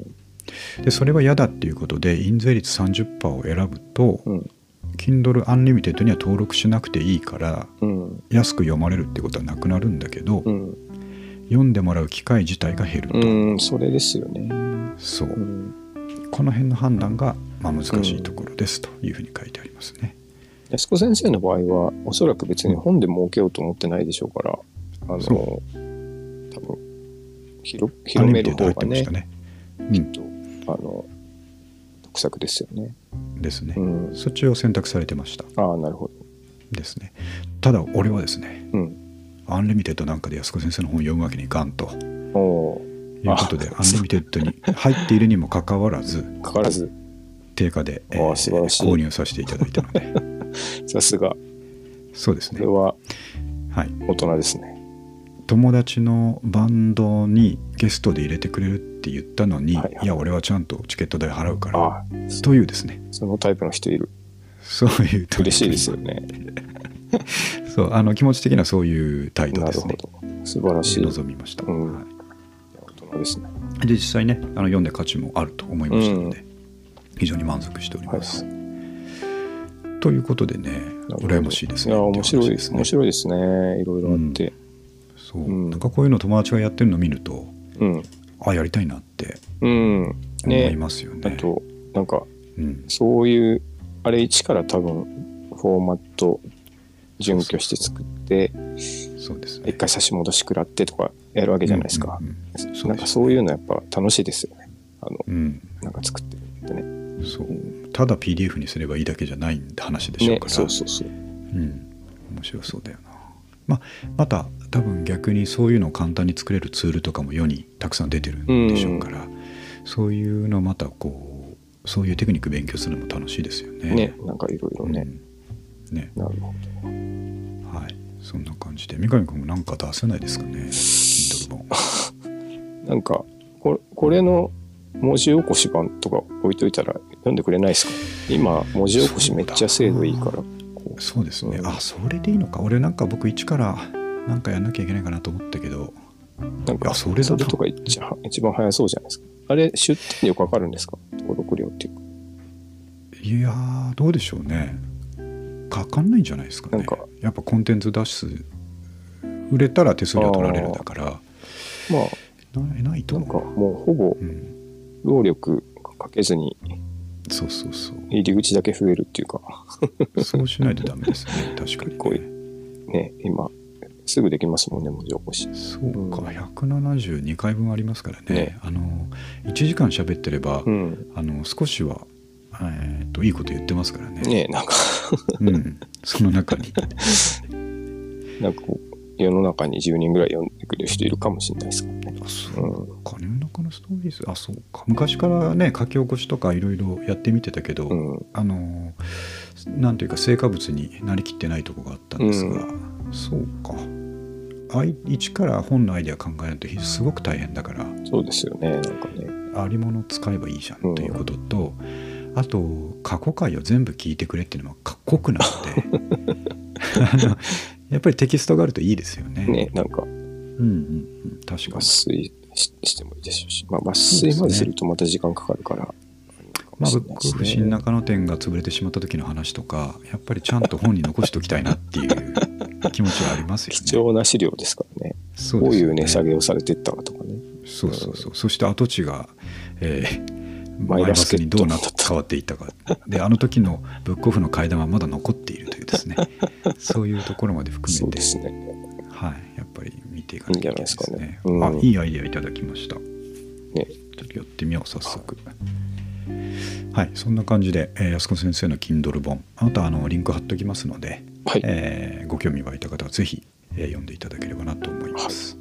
Speaker 1: でそれは嫌だっていうことで印税率30%を選ぶと、
Speaker 2: うん。
Speaker 1: Kindle Unlimited には登録しなくていいから
Speaker 2: うん。
Speaker 1: 安く読まれるってことはなくなるんだけど、
Speaker 2: うん。
Speaker 1: 読んでもらう機会自体が減ると、
Speaker 2: うん。それですよね。。
Speaker 1: そううんこの辺の判断が、まあ、難しいところですというふうに書いてありますね、
Speaker 2: 安子先生の場合は、おそらく別に本で儲けようと思ってないでしょうから、あの、
Speaker 1: そう
Speaker 2: 多分広、
Speaker 1: アン
Speaker 2: 広
Speaker 1: リミ
Speaker 2: め
Speaker 1: テ
Speaker 2: る
Speaker 1: ッド入っ
Speaker 2: 方
Speaker 1: て
Speaker 2: が
Speaker 1: ま
Speaker 2: ね
Speaker 1: し、たね
Speaker 2: きっと、あの、得策ですよね。
Speaker 1: うんですね、
Speaker 2: うん。
Speaker 1: そっちを選択されてました
Speaker 2: ああ、なるほど。
Speaker 1: ですねただ俺はですね
Speaker 2: うん。
Speaker 1: アンリミテッドなんかで安子先生の本読むわけにいかんと
Speaker 2: おおー。
Speaker 1: ということで、ア
Speaker 2: あ
Speaker 1: ンリミテッドに入っているにもかかわらず、
Speaker 2: かからず、
Speaker 1: 定価で、えー
Speaker 2: ああ素晴らしい
Speaker 1: 購入させていただいたの で、
Speaker 2: さすが、
Speaker 1: そうです
Speaker 2: こ
Speaker 1: ね
Speaker 2: れ、は
Speaker 1: はい、
Speaker 2: 大人ですね。
Speaker 1: 友達のバンドにゲストで入れてくれるって言ったのに、
Speaker 2: はいいはい
Speaker 1: や、俺はちゃんとチケット代払うから、
Speaker 2: ああ、
Speaker 1: というですね、
Speaker 2: そのタイプの人いる。
Speaker 1: そういうと
Speaker 2: 嬉しいですよね。
Speaker 1: そうあの気持ち的にはそういう態度
Speaker 2: な
Speaker 1: で
Speaker 2: る
Speaker 1: す
Speaker 2: ほ
Speaker 1: ね、
Speaker 2: ど。素晴らしい。
Speaker 1: 望みました。
Speaker 2: うん
Speaker 1: はい
Speaker 2: 大人ですね。
Speaker 1: で実際ねあの読んで価値もあると思いましたので、非常に満足しております。ということでね羨ましいですね。
Speaker 2: いや、面白い
Speaker 1: って話
Speaker 2: ですね。面白いですね。いろいろあって。
Speaker 1: そう、
Speaker 2: うん
Speaker 1: なんかこういうの友達がやってるの見ると
Speaker 2: うん。
Speaker 1: あやりたいなって
Speaker 2: うん。
Speaker 1: 思
Speaker 2: ね
Speaker 1: いますよ
Speaker 2: あ
Speaker 1: ね。
Speaker 2: と、なんか、
Speaker 1: うん、
Speaker 2: そういう、あれ、一から多分、フォーマット、準拠して作って、
Speaker 1: そうですね。
Speaker 2: 一回差し戻し食らってとかやるわけじゃないですか
Speaker 1: うん。うんうん
Speaker 2: なんかそういうのやっぱ楽しいですよね。あの、
Speaker 1: うん、
Speaker 2: なんか作ってるってね。
Speaker 1: そうただ PDF にすればいいだけじゃないって話でしょう
Speaker 2: ね
Speaker 1: か、ら、
Speaker 2: そうそうそう。
Speaker 1: うん、面白そうだよな。まあ、また多分逆にそういうのを簡単に作れるツールとかも世にたくさん出てるんでしょうから、そういうのまたこうそういうテクニック勉強するのも楽しいですよね。
Speaker 2: ね、なんかいろいろ
Speaker 1: うん
Speaker 2: ね。
Speaker 1: ね
Speaker 2: なるほ
Speaker 1: はい、そんな感じで三上君もなんか出せないですかね Kindle 本
Speaker 2: ど。なんか、これこれの文字起こし版とか置いといたら読んでくれないですか今、文字起こしめっちゃ精度いいから。こう
Speaker 1: そうですね
Speaker 2: うん
Speaker 1: あそれでいいのか俺なんか僕一からなんかやんなきゃいけないかなと思ったけど
Speaker 2: なんか、
Speaker 1: あそれだな
Speaker 2: とか一番一番早そうじゃないですか。あれ、出店料かかるんですか登録料っていうか。
Speaker 1: いやーどうでしょうねかかんないんじゃないですかね
Speaker 2: なんか
Speaker 1: やっぱコンテンツ出す売れたら手数料取られるだから
Speaker 2: まあ、
Speaker 1: ないないと
Speaker 2: なんか
Speaker 1: 思
Speaker 2: もうほぼ
Speaker 1: う、うん、
Speaker 2: 労力かけずに
Speaker 1: そうそうそう
Speaker 2: 入り口だけ増えるっていうか、
Speaker 1: そうしないとダメですね確かに、ね、
Speaker 2: こういね、今、すぐできますもんね、文字起こし。
Speaker 1: そうか172回分ありますからね
Speaker 2: ね
Speaker 1: あの1時間喋ってれば、
Speaker 2: うん。
Speaker 1: あの少しは、えー、といいこと言ってますからね
Speaker 2: ねなんか、
Speaker 1: うん、その中 に
Speaker 2: なんかこう、世の中に10人ぐらい読んでくれる人いるかもしれないですからね。
Speaker 1: あそう
Speaker 2: うん。
Speaker 1: 金の中のストーリーズあそうか昔からね書き起こしとかいろいろやってみてたけど、
Speaker 2: うん。
Speaker 1: あのなんというか成果物になりきってないとこがあったんですが、そうかあい一から本のアイデア考えるとひすごく大変だから
Speaker 2: そうですよね、なんかね。
Speaker 1: ありもの使えばいいじゃんということと、あと過去回を全部聞いてくれっていうのはかっこよくな ってあのやっぱりテキストがあるといいですよね。
Speaker 2: ね、なんか、
Speaker 1: うんうんうん、確か
Speaker 2: 抜
Speaker 1: に。
Speaker 2: 粋ししてもいいでしょうし、まあ、抜粋までするとまた時間かかるから、
Speaker 1: まあ、
Speaker 2: あ
Speaker 1: ブ
Speaker 2: れか
Speaker 1: ッ
Speaker 2: も
Speaker 1: ク
Speaker 2: しれ
Speaker 1: オ
Speaker 2: ない
Speaker 1: フ新
Speaker 2: ですね
Speaker 1: 中野店が潰れてしまった時の話とかやっぱりちゃんと本に残しておきたいなっていう 気持ちはありますよね。
Speaker 2: 貴重な資料ですからね。
Speaker 1: そう
Speaker 2: ど
Speaker 1: で
Speaker 2: う
Speaker 1: す
Speaker 2: い
Speaker 1: よ
Speaker 2: う値下げをされていったかとかね。
Speaker 1: そうそうそうそして跡地が、えーマイ
Speaker 2: マイ
Speaker 1: ナ
Speaker 2: ナ
Speaker 1: ス
Speaker 2: ス
Speaker 1: にどうなって変わっていったかであの時のブックオフの階段はまだ残っているというですねそういうところまで含
Speaker 2: そ
Speaker 1: め
Speaker 2: う
Speaker 1: て
Speaker 2: で、すね。
Speaker 1: はい、やっぱり見ていかなきゃいけないです
Speaker 2: いいんじゃない
Speaker 1: ね
Speaker 2: ですかねうん
Speaker 1: あいいアイデアいただきました
Speaker 2: ね
Speaker 1: ちょっとやってみよう早速はいそんな感じで、えー安子先生の Kindle 本あなたあのリンク貼っときますので、
Speaker 2: はい。
Speaker 1: えーご興味湧いた方はぜひ、えー読んでいただければなと思います。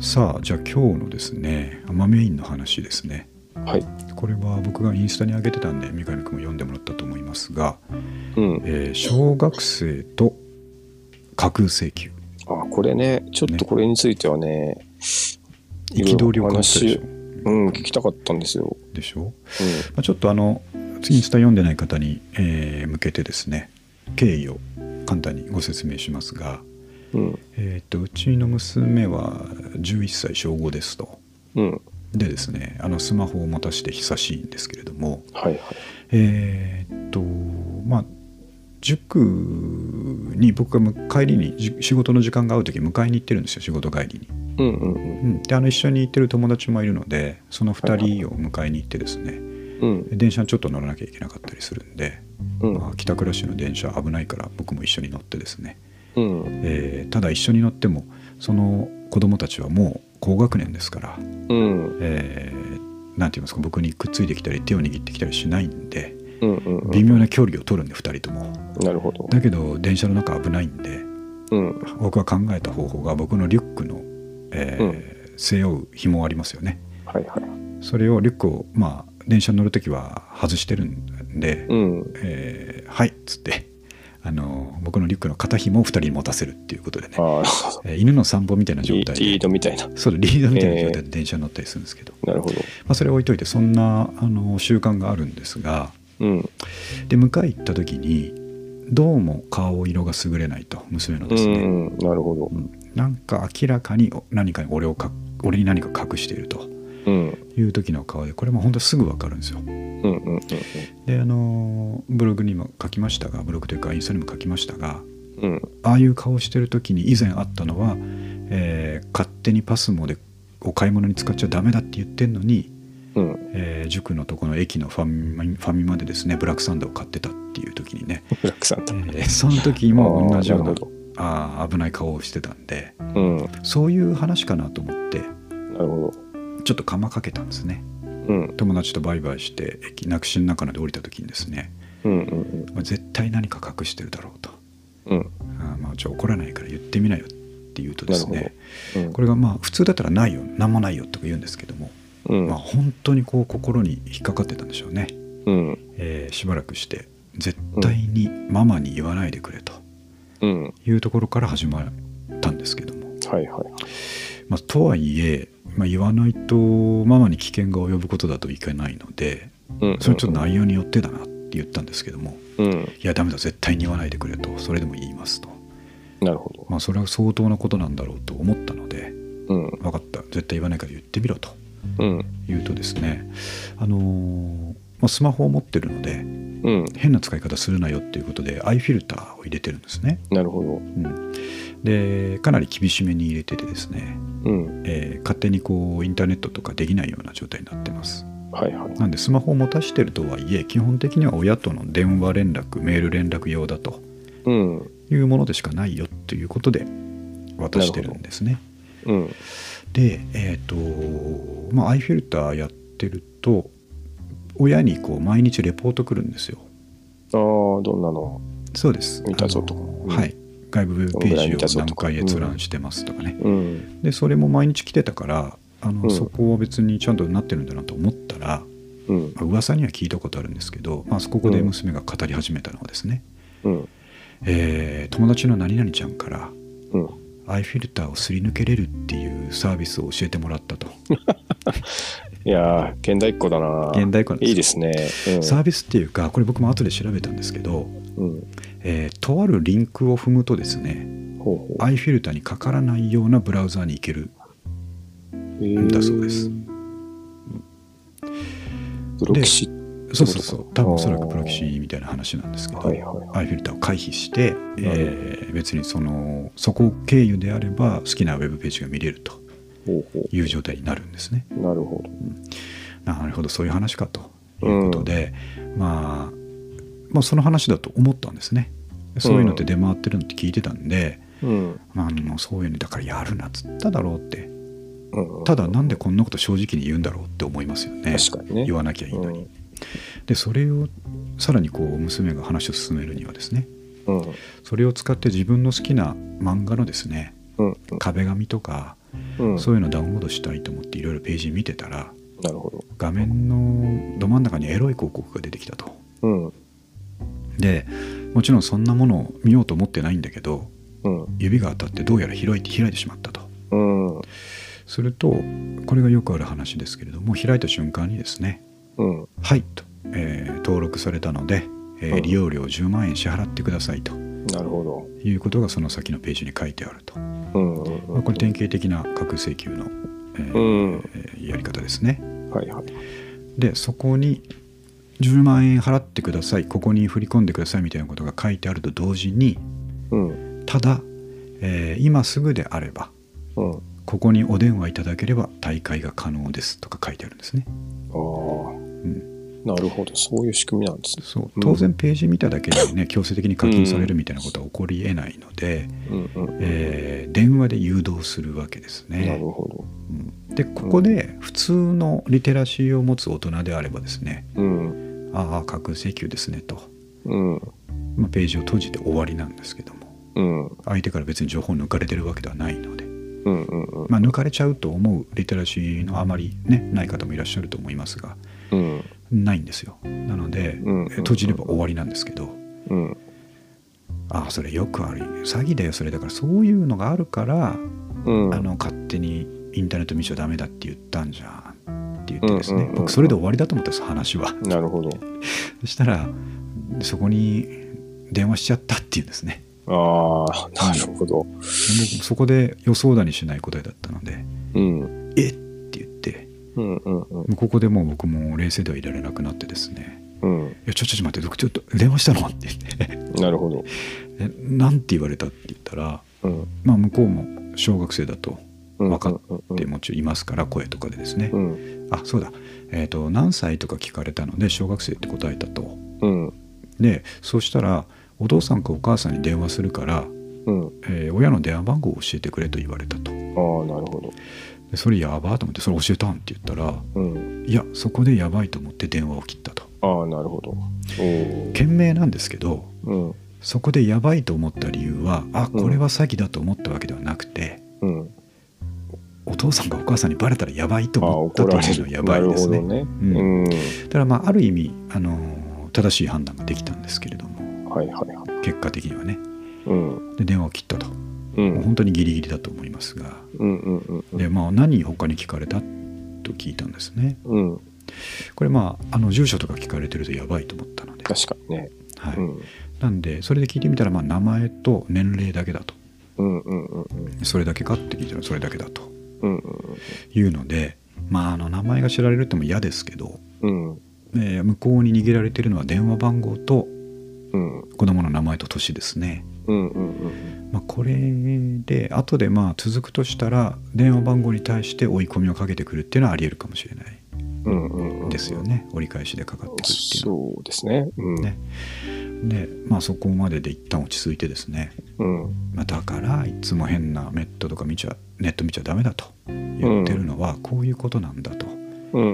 Speaker 1: さあじゃあ今日のですね甘メインの話ですね
Speaker 2: はい。
Speaker 1: これは僕がインスタに上げてたんで三上君も読んでもらったと思いますが、
Speaker 2: うん。
Speaker 1: えー小学生と架空請求
Speaker 2: あ、これね、ちょっとこれについてはね、
Speaker 1: 憤りを感じたでしょ
Speaker 2: うん、聞きたかったんですよ。
Speaker 1: でしょ、まあ、ちょっとあのインスタ読んでない方に、えー向けてですね経緯を簡単にご説明しますが、
Speaker 2: うん。うん。
Speaker 1: えー、とうちの娘は11歳小5ですと
Speaker 2: うん。
Speaker 1: でですねあのスマホを持たして久しいんですけれども
Speaker 2: はいはい。
Speaker 1: えーっとまあ塾に僕がむ帰りにじ仕事の時間が合う時迎えに行ってるんですよ仕事帰りに。
Speaker 2: うんうん
Speaker 1: う
Speaker 2: うん。
Speaker 1: ん、であの一緒に行ってる友達もいるのでその2人を迎えに行ってですね
Speaker 2: うん。
Speaker 1: 電車にちょっと乗らなきゃいけなかったりするんで、
Speaker 2: うん。
Speaker 1: まあ、帰宅ラッシュの電車危ないから僕も一緒に乗ってですね、
Speaker 2: うん。
Speaker 1: えーただ一緒に乗ってもその子供たちはもう高学年ですから
Speaker 2: うん。
Speaker 1: えーなんて言いますか僕にくっついてきたり手を握ってきたりしないんで
Speaker 2: うんうんう
Speaker 1: 微
Speaker 2: ん。
Speaker 1: 妙な距離を取るんで2人とも
Speaker 2: なるほど。
Speaker 1: だけど電車の中危ないんで
Speaker 2: うん。
Speaker 1: 僕が考えた方法が僕のリュックの、えー背負う紐ありますよね
Speaker 2: はいはい。
Speaker 1: それをリュックをまあ電車に乗る時は外してるんで
Speaker 2: うん。
Speaker 1: 「えーはい」っつってあの僕のリュックの片紐を2人に持たせるっていうことでね
Speaker 2: あ、あ、
Speaker 1: えー犬の散歩みたいな状
Speaker 2: リ
Speaker 1: 態で
Speaker 2: リードみたいな。
Speaker 1: そうだリードみたいな状態で電車に乗ったりするんですけど、
Speaker 2: なるほど。
Speaker 1: まあ、それ置いといてそんなあの習慣があるんですが
Speaker 2: うん。
Speaker 1: で迎え行った時にどうも顔色が優れないと娘の
Speaker 2: う
Speaker 1: ですね、
Speaker 2: ん。なるほど
Speaker 1: う。んなんか明らかにお何かに俺をか俺に何か隠していると
Speaker 2: うん。
Speaker 1: いう時の顔でこれも本当すぐ分かるんですよ
Speaker 2: うんうんうん
Speaker 1: であのブログにも書きましたがブログというかインスタにも書きましたが
Speaker 2: うん。うん。
Speaker 1: ああいう顔してる時に以前あったのは、えー勝手にパスモでお買い物に使っちゃダメだって言ってんのに
Speaker 2: うん。
Speaker 1: えー塾のとこの駅のファミマファミマでですねブラックサンダーを買ってたっていう時にね、
Speaker 2: ブラックさん
Speaker 1: え
Speaker 2: だ。
Speaker 1: ーその時も同じよう
Speaker 2: あ
Speaker 1: な
Speaker 2: ーなるほ
Speaker 1: あー危ない顔をしてたんで
Speaker 2: うん。
Speaker 1: そういう話かなと思って
Speaker 2: なるほど。
Speaker 1: ちょっとかまかけたんですね
Speaker 2: うん。
Speaker 1: 友達とバイバイして駅なくしの中で降りた時にですね
Speaker 2: うんうん
Speaker 1: まあ絶対何か隠してるだろうと
Speaker 2: うん。うん。
Speaker 1: あーまあじゃあ怒らないから言ってみなよって言うとです
Speaker 2: なる
Speaker 1: ね
Speaker 2: うん
Speaker 1: これがまあ普通だったらないよ何もないよとか言うんですけども、
Speaker 2: うん
Speaker 1: まあ、本当にこう心に引っかかってたんでしょうね
Speaker 2: うん。
Speaker 1: えーしばらくして絶対にママに言わないでくれと
Speaker 2: うん。は
Speaker 1: い
Speaker 2: い
Speaker 1: うところから始まったんですけども、
Speaker 2: はいはい。
Speaker 1: まあ、とはいえ、まあ、言わないとママに危険が及ぶことだといけないので
Speaker 2: うん。
Speaker 1: それはちょっと内容によってだなって言ったんですけども
Speaker 2: うん。
Speaker 1: 「いやダメだ絶対に言わないでくれ」と「それでも言います」と
Speaker 2: なるほど。
Speaker 1: まあ、それは相当なことなんだろうと思ったので
Speaker 2: うん。
Speaker 1: 分かった絶対言わないから言ってみろと
Speaker 2: うん。
Speaker 1: 言うとですね、あのーまあ、スマホを持ってるので
Speaker 2: うん。
Speaker 1: 変な使い方するなよっていうことで i フィルターを入れてるんですね、
Speaker 2: なるほど。
Speaker 1: うん、でかなり厳しめに入れててですね、
Speaker 2: うん。
Speaker 1: えー勝手にこうインターネットとかできないような状態になってます
Speaker 2: はいはい。
Speaker 1: なんでスマホを持たしてるとはいえ基本的には親との電話連絡メール連絡用だと
Speaker 2: うん。
Speaker 1: いうものでしかないよということで渡してるんですね
Speaker 2: うん。
Speaker 1: でえっ、とまあアイフィルターやってると親にこう毎日レポート来るんですよ
Speaker 2: ああ、どんなの
Speaker 1: そうです
Speaker 2: 見たぞと
Speaker 1: あの
Speaker 2: うん
Speaker 1: はい外部ウェブペ
Speaker 2: どんぐらい見
Speaker 1: ー
Speaker 2: た
Speaker 1: ジ
Speaker 2: ぞ
Speaker 1: を何
Speaker 2: とか
Speaker 1: 回閲覧してますとかね、
Speaker 2: うん。
Speaker 1: でそれも毎日来てたからあの、
Speaker 2: うん
Speaker 1: そこは別にちゃんとなってるんだなと思ったら、
Speaker 2: うん。
Speaker 1: まあ、噂には聞いたことあるんですけど、まあ、ここで娘が語り始めたのはですね、
Speaker 2: うん。
Speaker 1: えー友達の何々ちゃんから
Speaker 2: うん。
Speaker 1: アイフィルターをすり抜けれるっていうサービスを教えてもらったと
Speaker 2: いやー、現代っ子だな。
Speaker 1: 現代っ子なんですよ
Speaker 2: いいですね。
Speaker 1: サービスっていうかこれ僕も後で調べたんですけど、
Speaker 2: うん。うん。
Speaker 1: えーとあるリンクを踏むとですね
Speaker 2: ほうほう。
Speaker 1: アイフィルターにかからないようなブラウザーに行ける
Speaker 2: ん
Speaker 1: だそうです。
Speaker 2: ブロキシ。
Speaker 1: そうそうそう多分おそら
Speaker 2: あ
Speaker 1: く
Speaker 2: ー
Speaker 1: プロキシーみたいな話なんですけど、
Speaker 2: はいはいはい。
Speaker 1: アイフィルターを回避して、え
Speaker 2: なる
Speaker 1: ー別にそのそこ経由であれば好きなウェブページが見れると
Speaker 2: ほうほ
Speaker 1: いう状態になるんですね。
Speaker 2: う。なるほど。
Speaker 1: なるほどそういう話かということで、まあ、まあその話だと思ったんですね。そういうのって出回ってるのって聞いてたんで、
Speaker 2: うん。
Speaker 1: まあ、あのそういうのだからやるなっつっただろうって
Speaker 2: うん。
Speaker 1: ただなんでこんなこと正直に言うんだろうって思いますよね
Speaker 2: 確かにね
Speaker 1: 言わなきゃいいのに、
Speaker 2: うん
Speaker 1: でそれをさらにこう娘が話を進めるにはですね
Speaker 2: うん。
Speaker 1: それを使って自分の好きな漫画のですね
Speaker 2: うん。
Speaker 1: 壁紙とか、
Speaker 2: うん。うん
Speaker 1: そういうのをダウンロードしたいと思っていろいろページ見てたら
Speaker 2: なるほど。
Speaker 1: 画面のど真ん中にエロい広告が出てきたと
Speaker 2: うん。
Speaker 1: でもちろんそんなものを見ようと思ってないんだけど
Speaker 2: うん。
Speaker 1: 指が当たってどうやら開いて開いてしまったと
Speaker 2: うん。
Speaker 1: するとこれがよくある話ですけれども開いた瞬間にですね
Speaker 2: うん。
Speaker 1: 「はい」と、えー登録されたので、えー
Speaker 2: うん
Speaker 1: 利用料10万円支払ってくださいと
Speaker 2: なるほ
Speaker 1: いうことがその先のページに書いてあると、ま
Speaker 2: ど。うん。うん
Speaker 1: あ、これ典型的な各請求の、えー
Speaker 2: うん。
Speaker 1: えーやり方ですね
Speaker 2: はいはい。
Speaker 1: でそこに10万円払ってくださいここに振り込んでくださいみたいなことが書いてあると同時に
Speaker 2: うん。
Speaker 1: ただ、えー今すぐであれば
Speaker 2: うん。あ
Speaker 1: ここにお電話いただければ大会が可能ですとか書いてあるんですね、
Speaker 2: あ。
Speaker 1: うん、
Speaker 2: なるほど。そういう仕組みなんですね。
Speaker 1: そう
Speaker 2: うん
Speaker 1: 当然ページ見ただけでね強制的に課金されるみたいなことは起こりえないので、
Speaker 2: うんうん。
Speaker 1: えー電話で誘導するわけです
Speaker 2: なる
Speaker 1: ね。
Speaker 2: ほ
Speaker 1: うんでここで普通のリテラシーを持つ大人であればですね
Speaker 2: ど。うん。
Speaker 1: 「ああ架空請求ですね」と、
Speaker 2: うん。
Speaker 1: まあ、ページを閉じて終わりなんですけども
Speaker 2: うん。
Speaker 1: 相手から別に情報を抜かれてるわけではないので、
Speaker 2: うんうんうん。
Speaker 1: まあ、抜かれちゃうと思うリテラシーのあまり、ね、ない方もいらっしゃると思いますが
Speaker 2: うん。
Speaker 1: ないんですよ。なので、
Speaker 2: うん
Speaker 1: え閉じれば終わりなんですけど。
Speaker 2: うん。
Speaker 1: ああそれよくある詐欺だよそれだからそういうのがあるから、
Speaker 2: うん。
Speaker 1: あの勝手にインターネット見ちゃダメだって言ったんじゃんって言ってですね、
Speaker 2: うんうんうんうん
Speaker 1: 僕それで終わりだと思ったんです話は
Speaker 2: なるほど。
Speaker 1: そしたらそこに電話しちゃったっていうんですね
Speaker 2: ああ、なるほど。
Speaker 1: 僕そこで予想だにしない答えだったので
Speaker 2: うん。
Speaker 1: 「えっ!」って言って
Speaker 2: うんうんうん。
Speaker 1: ここでもう僕も冷静ではいられなくなってですね
Speaker 2: う
Speaker 1: 「い
Speaker 2: ん
Speaker 1: やちょちょちょ待って僕ちょっと電話したの?」って言って
Speaker 2: なるほど。
Speaker 1: 「えなんて言われた?」って言ったら
Speaker 2: うん。
Speaker 1: まあ向こうも小学生だと
Speaker 2: うん
Speaker 1: 分かってもちろんいますから声とかでですね、
Speaker 2: うん。
Speaker 1: あそうだ、えー、と何歳とか聞かれたので小学生って答えたと
Speaker 2: うん。
Speaker 1: でそうしたらお父さんかお母さんに電話するから、
Speaker 2: うん。
Speaker 1: えー親の電話番号を教えてくれと言われたと
Speaker 2: ああ、なるほど。
Speaker 1: でそれやばーと思ってそれ教えたんって言ったら
Speaker 2: うん。
Speaker 1: いやそこでやばいと思って電話を切ったと
Speaker 2: ああ、なるほど。おお。
Speaker 1: 賢明なんですけど
Speaker 2: うん。
Speaker 1: そこでやばいと思った理由はあこれは詐欺だと思ったわけではなくて、
Speaker 2: うん。
Speaker 1: お父さんかお母さんにバレたらやばいと
Speaker 2: ああ、
Speaker 1: 思った
Speaker 2: 怒
Speaker 1: と
Speaker 2: ら
Speaker 1: い
Speaker 2: れ
Speaker 1: うのは
Speaker 2: る。
Speaker 1: や
Speaker 2: な
Speaker 1: ばい
Speaker 2: る
Speaker 1: で
Speaker 2: ほ
Speaker 1: すね
Speaker 2: どね。う
Speaker 1: うん
Speaker 2: ん。
Speaker 1: だからまあある意味、あのー正しい判断ができたんですけれども
Speaker 2: はいはいはい。
Speaker 1: 結果的にはね
Speaker 2: うん。
Speaker 1: で電話を切ったと、
Speaker 2: う。
Speaker 1: もうん本当にギリギリだと思いますが、
Speaker 2: うんうんうんうん。
Speaker 1: でまあ、何他に聞かれたと聞いたんですね
Speaker 2: うん。
Speaker 1: これまああの住所とか聞かれてるとやばいと思ったので、
Speaker 2: 確かにね。
Speaker 1: はい
Speaker 2: うん。
Speaker 1: なんでそれで聞いてみたらまあ名前と年齢だけだと
Speaker 2: うんうんうん
Speaker 1: それだけかって聞いたらそれだけだと
Speaker 2: うん
Speaker 1: いうので、まあ、あの名前が知られるっても嫌ですけど、
Speaker 2: うんうん
Speaker 1: えー向こうに握られてるのは電話番号と
Speaker 2: うん
Speaker 1: 子供の名前と年ですね。
Speaker 2: うんうん
Speaker 1: まあ、これで後でまあ続くとしたら電話番号に対して追い込みをかけてくるっていうのはありえるかもしれない
Speaker 2: うんうんうん
Speaker 1: ですよね折り返しでかかってくるっていうのは
Speaker 2: そうですねうん
Speaker 1: ねでまあそこまでで一旦落ち着いてですね、
Speaker 2: うん
Speaker 1: まあ、だからいつも変なネットとか見ちゃネット見ちゃダメだと言ってるのはこういうことなんだと、
Speaker 2: うん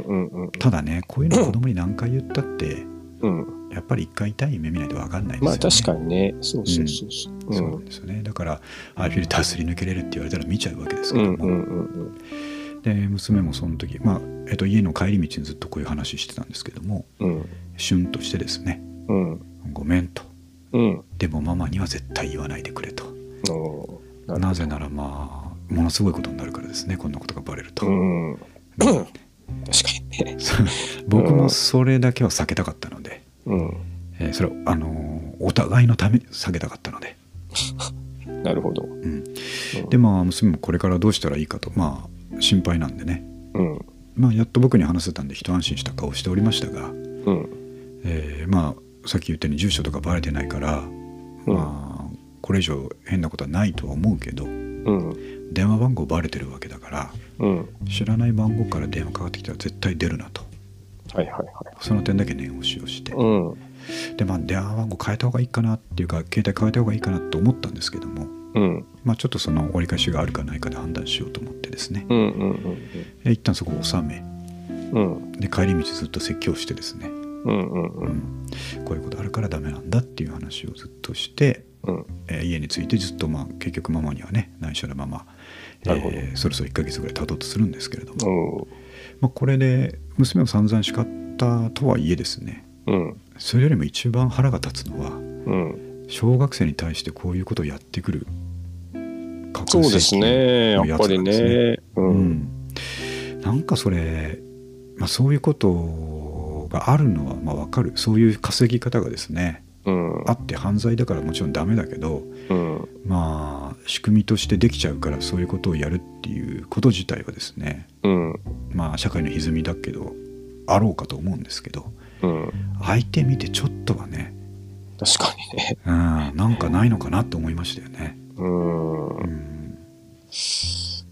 Speaker 2: うんうん
Speaker 1: ただねこういうの子供に何回言ったって
Speaker 2: うん
Speaker 1: やっぱり一回痛い目見ないと分かんないですよね
Speaker 2: まあ確かにねそうそうそうそう
Speaker 1: そうなんですよねだからあフィルターすり抜けれるって言われたら見ちゃうわけです
Speaker 2: う
Speaker 1: けど
Speaker 2: ん
Speaker 1: も、
Speaker 2: うんうん
Speaker 1: で娘もその時、まあえっと家の帰り道にずっとこういう話してたんですけども
Speaker 2: うん
Speaker 1: シュンとしてですね
Speaker 2: うん
Speaker 1: 「ごめん」と
Speaker 2: うん
Speaker 1: 「でもママには絶対言わないでくれと」
Speaker 2: おー
Speaker 1: なぜならまあものすごいことになるからですねこんなことがバレると、
Speaker 2: うん確かにね
Speaker 1: そう 僕もそれだけは避けたかったので、
Speaker 2: うん
Speaker 1: えーそれを、あのーお互いのために避けたかったので、
Speaker 2: なるほど
Speaker 1: うん、でまあ娘もこれからどうしたらいいかとまあ心配なんでね
Speaker 2: うん
Speaker 1: まあやっと僕に話せたんで一安心した顔をしておりましたが
Speaker 2: うん
Speaker 1: えーまあさっき言ったように住所とかバレてないから、
Speaker 2: うん
Speaker 1: まあこれ以上変なことはないとは思うけど
Speaker 2: うん
Speaker 1: 電話番号バレてるわけだから
Speaker 2: うん
Speaker 1: 知らない番号から電話かかってきたら絶対出るなと
Speaker 2: はいはいはい
Speaker 1: その点だけ念押しをして、
Speaker 2: うん
Speaker 1: でまあ電話番号変えた方がいいかなっていうか携帯変えた方がいいかなと思ったんですけども
Speaker 2: うん
Speaker 1: まあちょっとその折り返しがあるかないかで判断しようと思ってですね、
Speaker 2: うん
Speaker 1: え一旦そこを収め
Speaker 2: うんうん
Speaker 1: で帰り道ずっと説教してですね、
Speaker 2: うんうんう
Speaker 1: うんん、こういうことあるからダメなんだっていう話をずっとして
Speaker 2: うん
Speaker 1: えー家に着いてずっと、まあ、結局ママにはね内緒のまま、えー
Speaker 2: なるほど
Speaker 1: そろそろ1ヶ月ぐらい経とうとするんですけれども、
Speaker 2: うん
Speaker 1: まあ、これで娘を散々叱ったとはいえですね
Speaker 2: うん
Speaker 1: それよりも一番腹が立つのは
Speaker 2: うん
Speaker 1: 小学生に対してこういうことをやってくる過
Speaker 2: そうですねやっぱりねう
Speaker 1: うんん、なんかそれ、まあ、そういうことがあるのはまあ分かるそういう稼ぎ方がですね
Speaker 2: うん
Speaker 1: あって犯罪だからもちろんダメだけど、
Speaker 2: うん
Speaker 1: まあ仕組みとしてできちゃうからそういうことをやるっていうこと自体はですね
Speaker 2: うん
Speaker 1: まあ社会の歪みだけどあろうかと思うんですけど
Speaker 2: うん
Speaker 1: 相手見てちょっとはね
Speaker 2: 確かにね
Speaker 1: うんなんかないのかなと思いましたよね。
Speaker 2: うん
Speaker 1: うん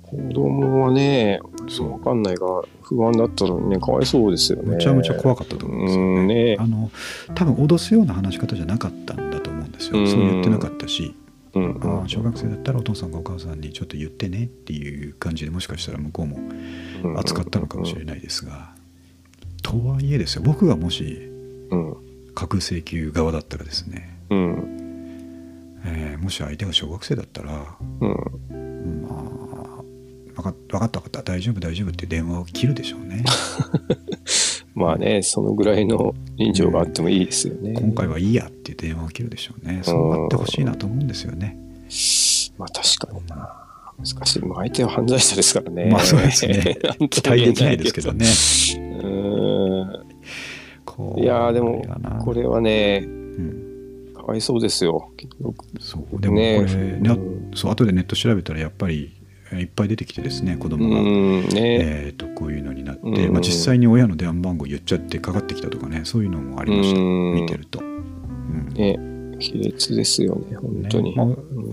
Speaker 2: 子供はね
Speaker 1: そう
Speaker 2: わかんないが不安だったらねかわいそうですよね
Speaker 1: むちゃむちゃ怖かったと思うんですよ
Speaker 2: うんね
Speaker 1: ね。あの多分脅すような話し方じゃなかったんだと思うんです
Speaker 2: う
Speaker 1: よ。
Speaker 2: ん
Speaker 1: そう言ってなかったし、
Speaker 2: うん
Speaker 1: あー小学生だったらお父さんかお母さんにちょっと言ってねっていう感じでもしかしたら向こうも扱ったのかもしれないですが、とはいえですよ僕がもし
Speaker 2: うん
Speaker 1: 架空請求側だったらですね、
Speaker 2: うん
Speaker 1: えーもし相手が小学生だったらま
Speaker 2: うん
Speaker 1: あ分か分かった分かった大丈夫大丈夫って電話を切るでしょう ね
Speaker 2: まあねそのぐらいの人情があってもいいですよね
Speaker 1: 今回はいいやって電話を切るでしょうねそうあってほしいなと思うんですよね、
Speaker 2: まあ確かにな。難しい。まあ相手は犯罪者ですからね。
Speaker 1: まあそうですね
Speaker 2: なん
Speaker 1: 期
Speaker 2: とも
Speaker 1: 待
Speaker 2: 言え
Speaker 1: できないですけどね。
Speaker 2: うー
Speaker 1: こ
Speaker 2: ん。
Speaker 1: う
Speaker 2: いやーでも
Speaker 1: あれがな、
Speaker 2: これはね、
Speaker 1: うん、
Speaker 2: かわいそうですよ。結局
Speaker 1: そうでもこれ、
Speaker 2: ね
Speaker 1: ね
Speaker 2: うん
Speaker 1: そう後でネット調べたらやっぱりえーいっぱい出てきてですね子
Speaker 2: う
Speaker 1: 供が。
Speaker 2: ん、ね。
Speaker 1: えー、とこういうのになって、
Speaker 2: うん
Speaker 1: まあ、実際に親の電話番号言っちゃってかかってきたとかねそういうのもありました、
Speaker 2: うん
Speaker 1: 見てると、うん
Speaker 2: ね。卑劣ですよね、本当
Speaker 1: ね
Speaker 2: に。
Speaker 1: まあ、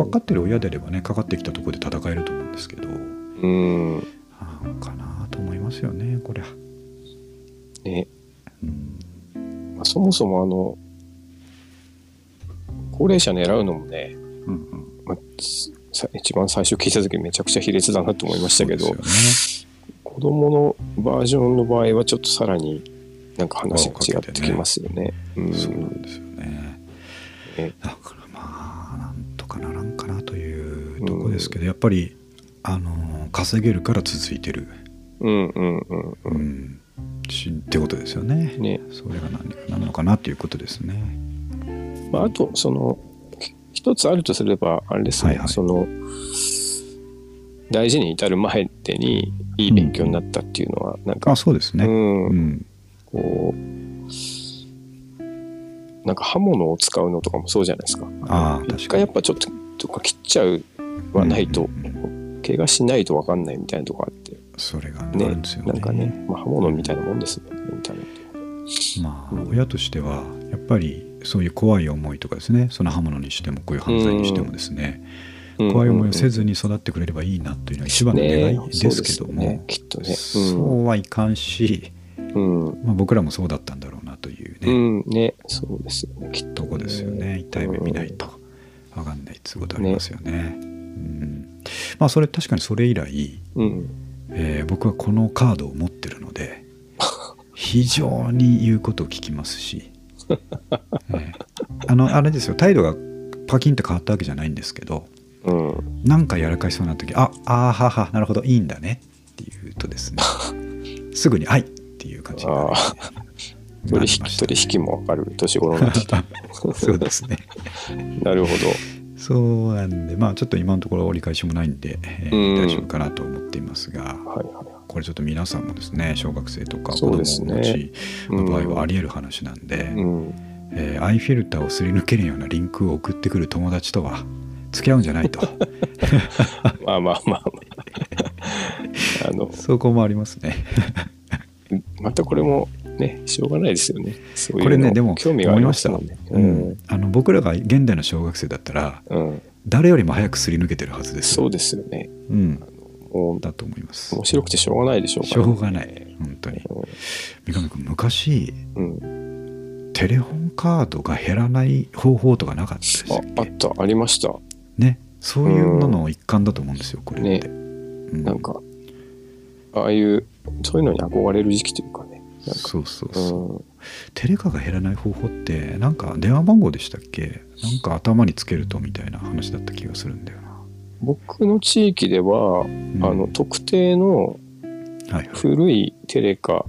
Speaker 1: 分かってる親であればねかかってきたところで戦えると思うんですけど
Speaker 2: うん。
Speaker 1: あーかなと思いますよねこりゃ、
Speaker 2: ね。
Speaker 1: うん、
Speaker 2: まあ、そもそもあの、高齢者狙うのもね、
Speaker 1: うんうん
Speaker 2: まあ、さ一番最初聞いた時めちゃくちゃ卑劣だなと思いましたけど、
Speaker 1: そうです
Speaker 2: 子供のバージョンの場合はちょっとさらになんか話が違ってきますよね。うん
Speaker 1: よねそうなんですよね
Speaker 2: ね
Speaker 1: だからまあなんとかならんかなというとこですけど、やっぱりあのー稼げるから続いてる、
Speaker 2: うんうんうん
Speaker 1: う、
Speaker 2: うん
Speaker 1: しってことですよね
Speaker 2: ん。ね。
Speaker 1: それが何なのかなっていうことですね。
Speaker 2: まあ、あと、その、ひ一つあるとすれば、あれですね、
Speaker 1: はいはい
Speaker 2: その、大事に至る前でにいい勉強になったっていうのは、なんか、
Speaker 1: あそうです
Speaker 2: う
Speaker 1: ね。
Speaker 2: ん、
Speaker 1: うん。
Speaker 2: こう、なんか刃物を使うのとかもそうじゃないですか。
Speaker 1: ああ確
Speaker 2: 一
Speaker 1: か
Speaker 2: 回や
Speaker 1: に
Speaker 2: っ。ぱちょっと、とか切っちゃうはないと
Speaker 1: うんうんうん
Speaker 2: 怪我しないと分かんないみたいなとこあって
Speaker 1: それがあ
Speaker 2: ね
Speaker 1: るんですよね
Speaker 2: なんかね、まあ、刃物みたいなもんですよねエンタメって
Speaker 1: まあ
Speaker 2: うん
Speaker 1: 親としてはやっぱりそういう怖い思いとかですねその刃物にしてもこういう犯罪にしてもですね、
Speaker 2: うん
Speaker 1: 怖い思いをせ
Speaker 2: ず
Speaker 1: ずに育ってくれればいいなというのが一番の願いですけども、
Speaker 2: ねそうです
Speaker 1: そ
Speaker 2: よねきっとね
Speaker 1: うはいかんし、
Speaker 2: うんうん
Speaker 1: まあ、僕らもそうだったんだろうなというね、
Speaker 2: うんねそうですよねきっと
Speaker 1: とこですよね痛い目見ないと分かんないってことありますよね。うんまあそれ確かにそれ以来、
Speaker 2: うん
Speaker 1: えー僕はこのカードを持ってるの で非常に言うことを聞きます し、えーあのあれですよ態度がパキンと変わったわけじゃないんですけど
Speaker 2: うん
Speaker 1: なんかやらかしそうな時ああーははなるほどいいんだねっていうとです ねすぐに「はい」っていう感じになりますねな
Speaker 2: 取
Speaker 1: り
Speaker 2: 引
Speaker 1: ましたね
Speaker 2: 取引も分かる年頃なんだ
Speaker 1: そうですね
Speaker 2: なるほど
Speaker 1: そうなんでまあちょっと今のところ折り返しもないんで、えー
Speaker 2: うん
Speaker 1: 大丈夫かなと思っていますが
Speaker 2: はいは
Speaker 1: これちょっと皆さんもですね小学生とか子
Speaker 2: そう
Speaker 1: 供
Speaker 2: ですね
Speaker 1: のうちの場合
Speaker 2: うん
Speaker 1: はあり得る話なんで、
Speaker 2: いうん
Speaker 1: えーアイフィルターをすり抜けるようなリンクを送ってくる友達とは付き合うんじゃ ないと
Speaker 2: まあまあまあまああの
Speaker 1: そこもありますね。
Speaker 2: またこれもねしょうがないですよねそういうの
Speaker 1: これねでも
Speaker 2: 興味がありましたもんね
Speaker 1: 思いましたうんあの僕らが現代の小学生だったら
Speaker 2: うん、うん、
Speaker 1: 誰よりも早くすり抜けてるはずですよ
Speaker 2: そうですよね
Speaker 1: うん、
Speaker 2: も
Speaker 1: だと思います
Speaker 2: う面白くてしょうがないでしょうか
Speaker 1: しょうがない本当に三上君昔
Speaker 2: うん、うん
Speaker 1: テレホンカードが減らない方法とかなかったでしたっ
Speaker 2: ああ
Speaker 1: け
Speaker 2: ったありました
Speaker 1: ねそういうのの一環だと思うんですよこれって、う
Speaker 2: なんかああいうそういうのに憧れる時期というかねなんか
Speaker 1: そうそう
Speaker 2: う
Speaker 1: そう、
Speaker 2: ん
Speaker 1: テレカが減らない方法ってなんか電話番号でしたっけなんか頭につけるとみたいな話だった気がするんだよな、
Speaker 2: 僕の地域では、
Speaker 1: うん
Speaker 2: あの特定の
Speaker 1: はいはい
Speaker 2: 古いテレカ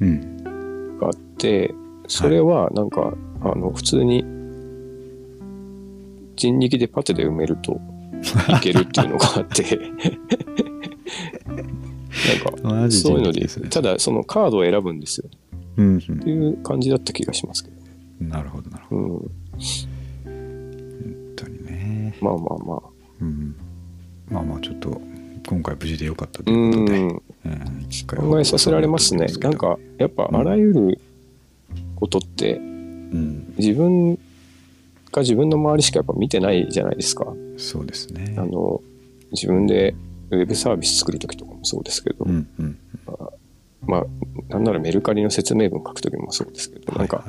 Speaker 1: うん
Speaker 2: があってそれはなんか、あの普通に人力でパテで埋めるといけるっていうのがあって なん
Speaker 1: マ
Speaker 2: か
Speaker 1: ジ
Speaker 2: そういう
Speaker 1: 人力
Speaker 2: ので
Speaker 1: ですね
Speaker 2: ただそのカードを選ぶんですよ
Speaker 1: うん
Speaker 2: っていう感じだった気がしますけど、
Speaker 1: うんなるほどなるほ
Speaker 2: うん、
Speaker 1: ど本当にね
Speaker 2: まあまあまあ
Speaker 1: うんまあまあちょっと今回無事でよかったと
Speaker 2: う
Speaker 1: いうことで、う
Speaker 2: ん
Speaker 1: ん一回
Speaker 2: 考えさせられますね
Speaker 1: 報告
Speaker 2: な
Speaker 1: を
Speaker 2: んかやっぱ
Speaker 1: うん
Speaker 2: あらゆることって
Speaker 1: うん
Speaker 2: 自分が自分の周りしかやっぱ見てないじゃないですか
Speaker 1: そうですね
Speaker 2: あの自分でウェブサービス作るときとかもそうですけど、
Speaker 1: うんうん
Speaker 2: まあなんならメルカリの説明文書くときもそうですけど、なん
Speaker 1: はい
Speaker 2: か
Speaker 1: はい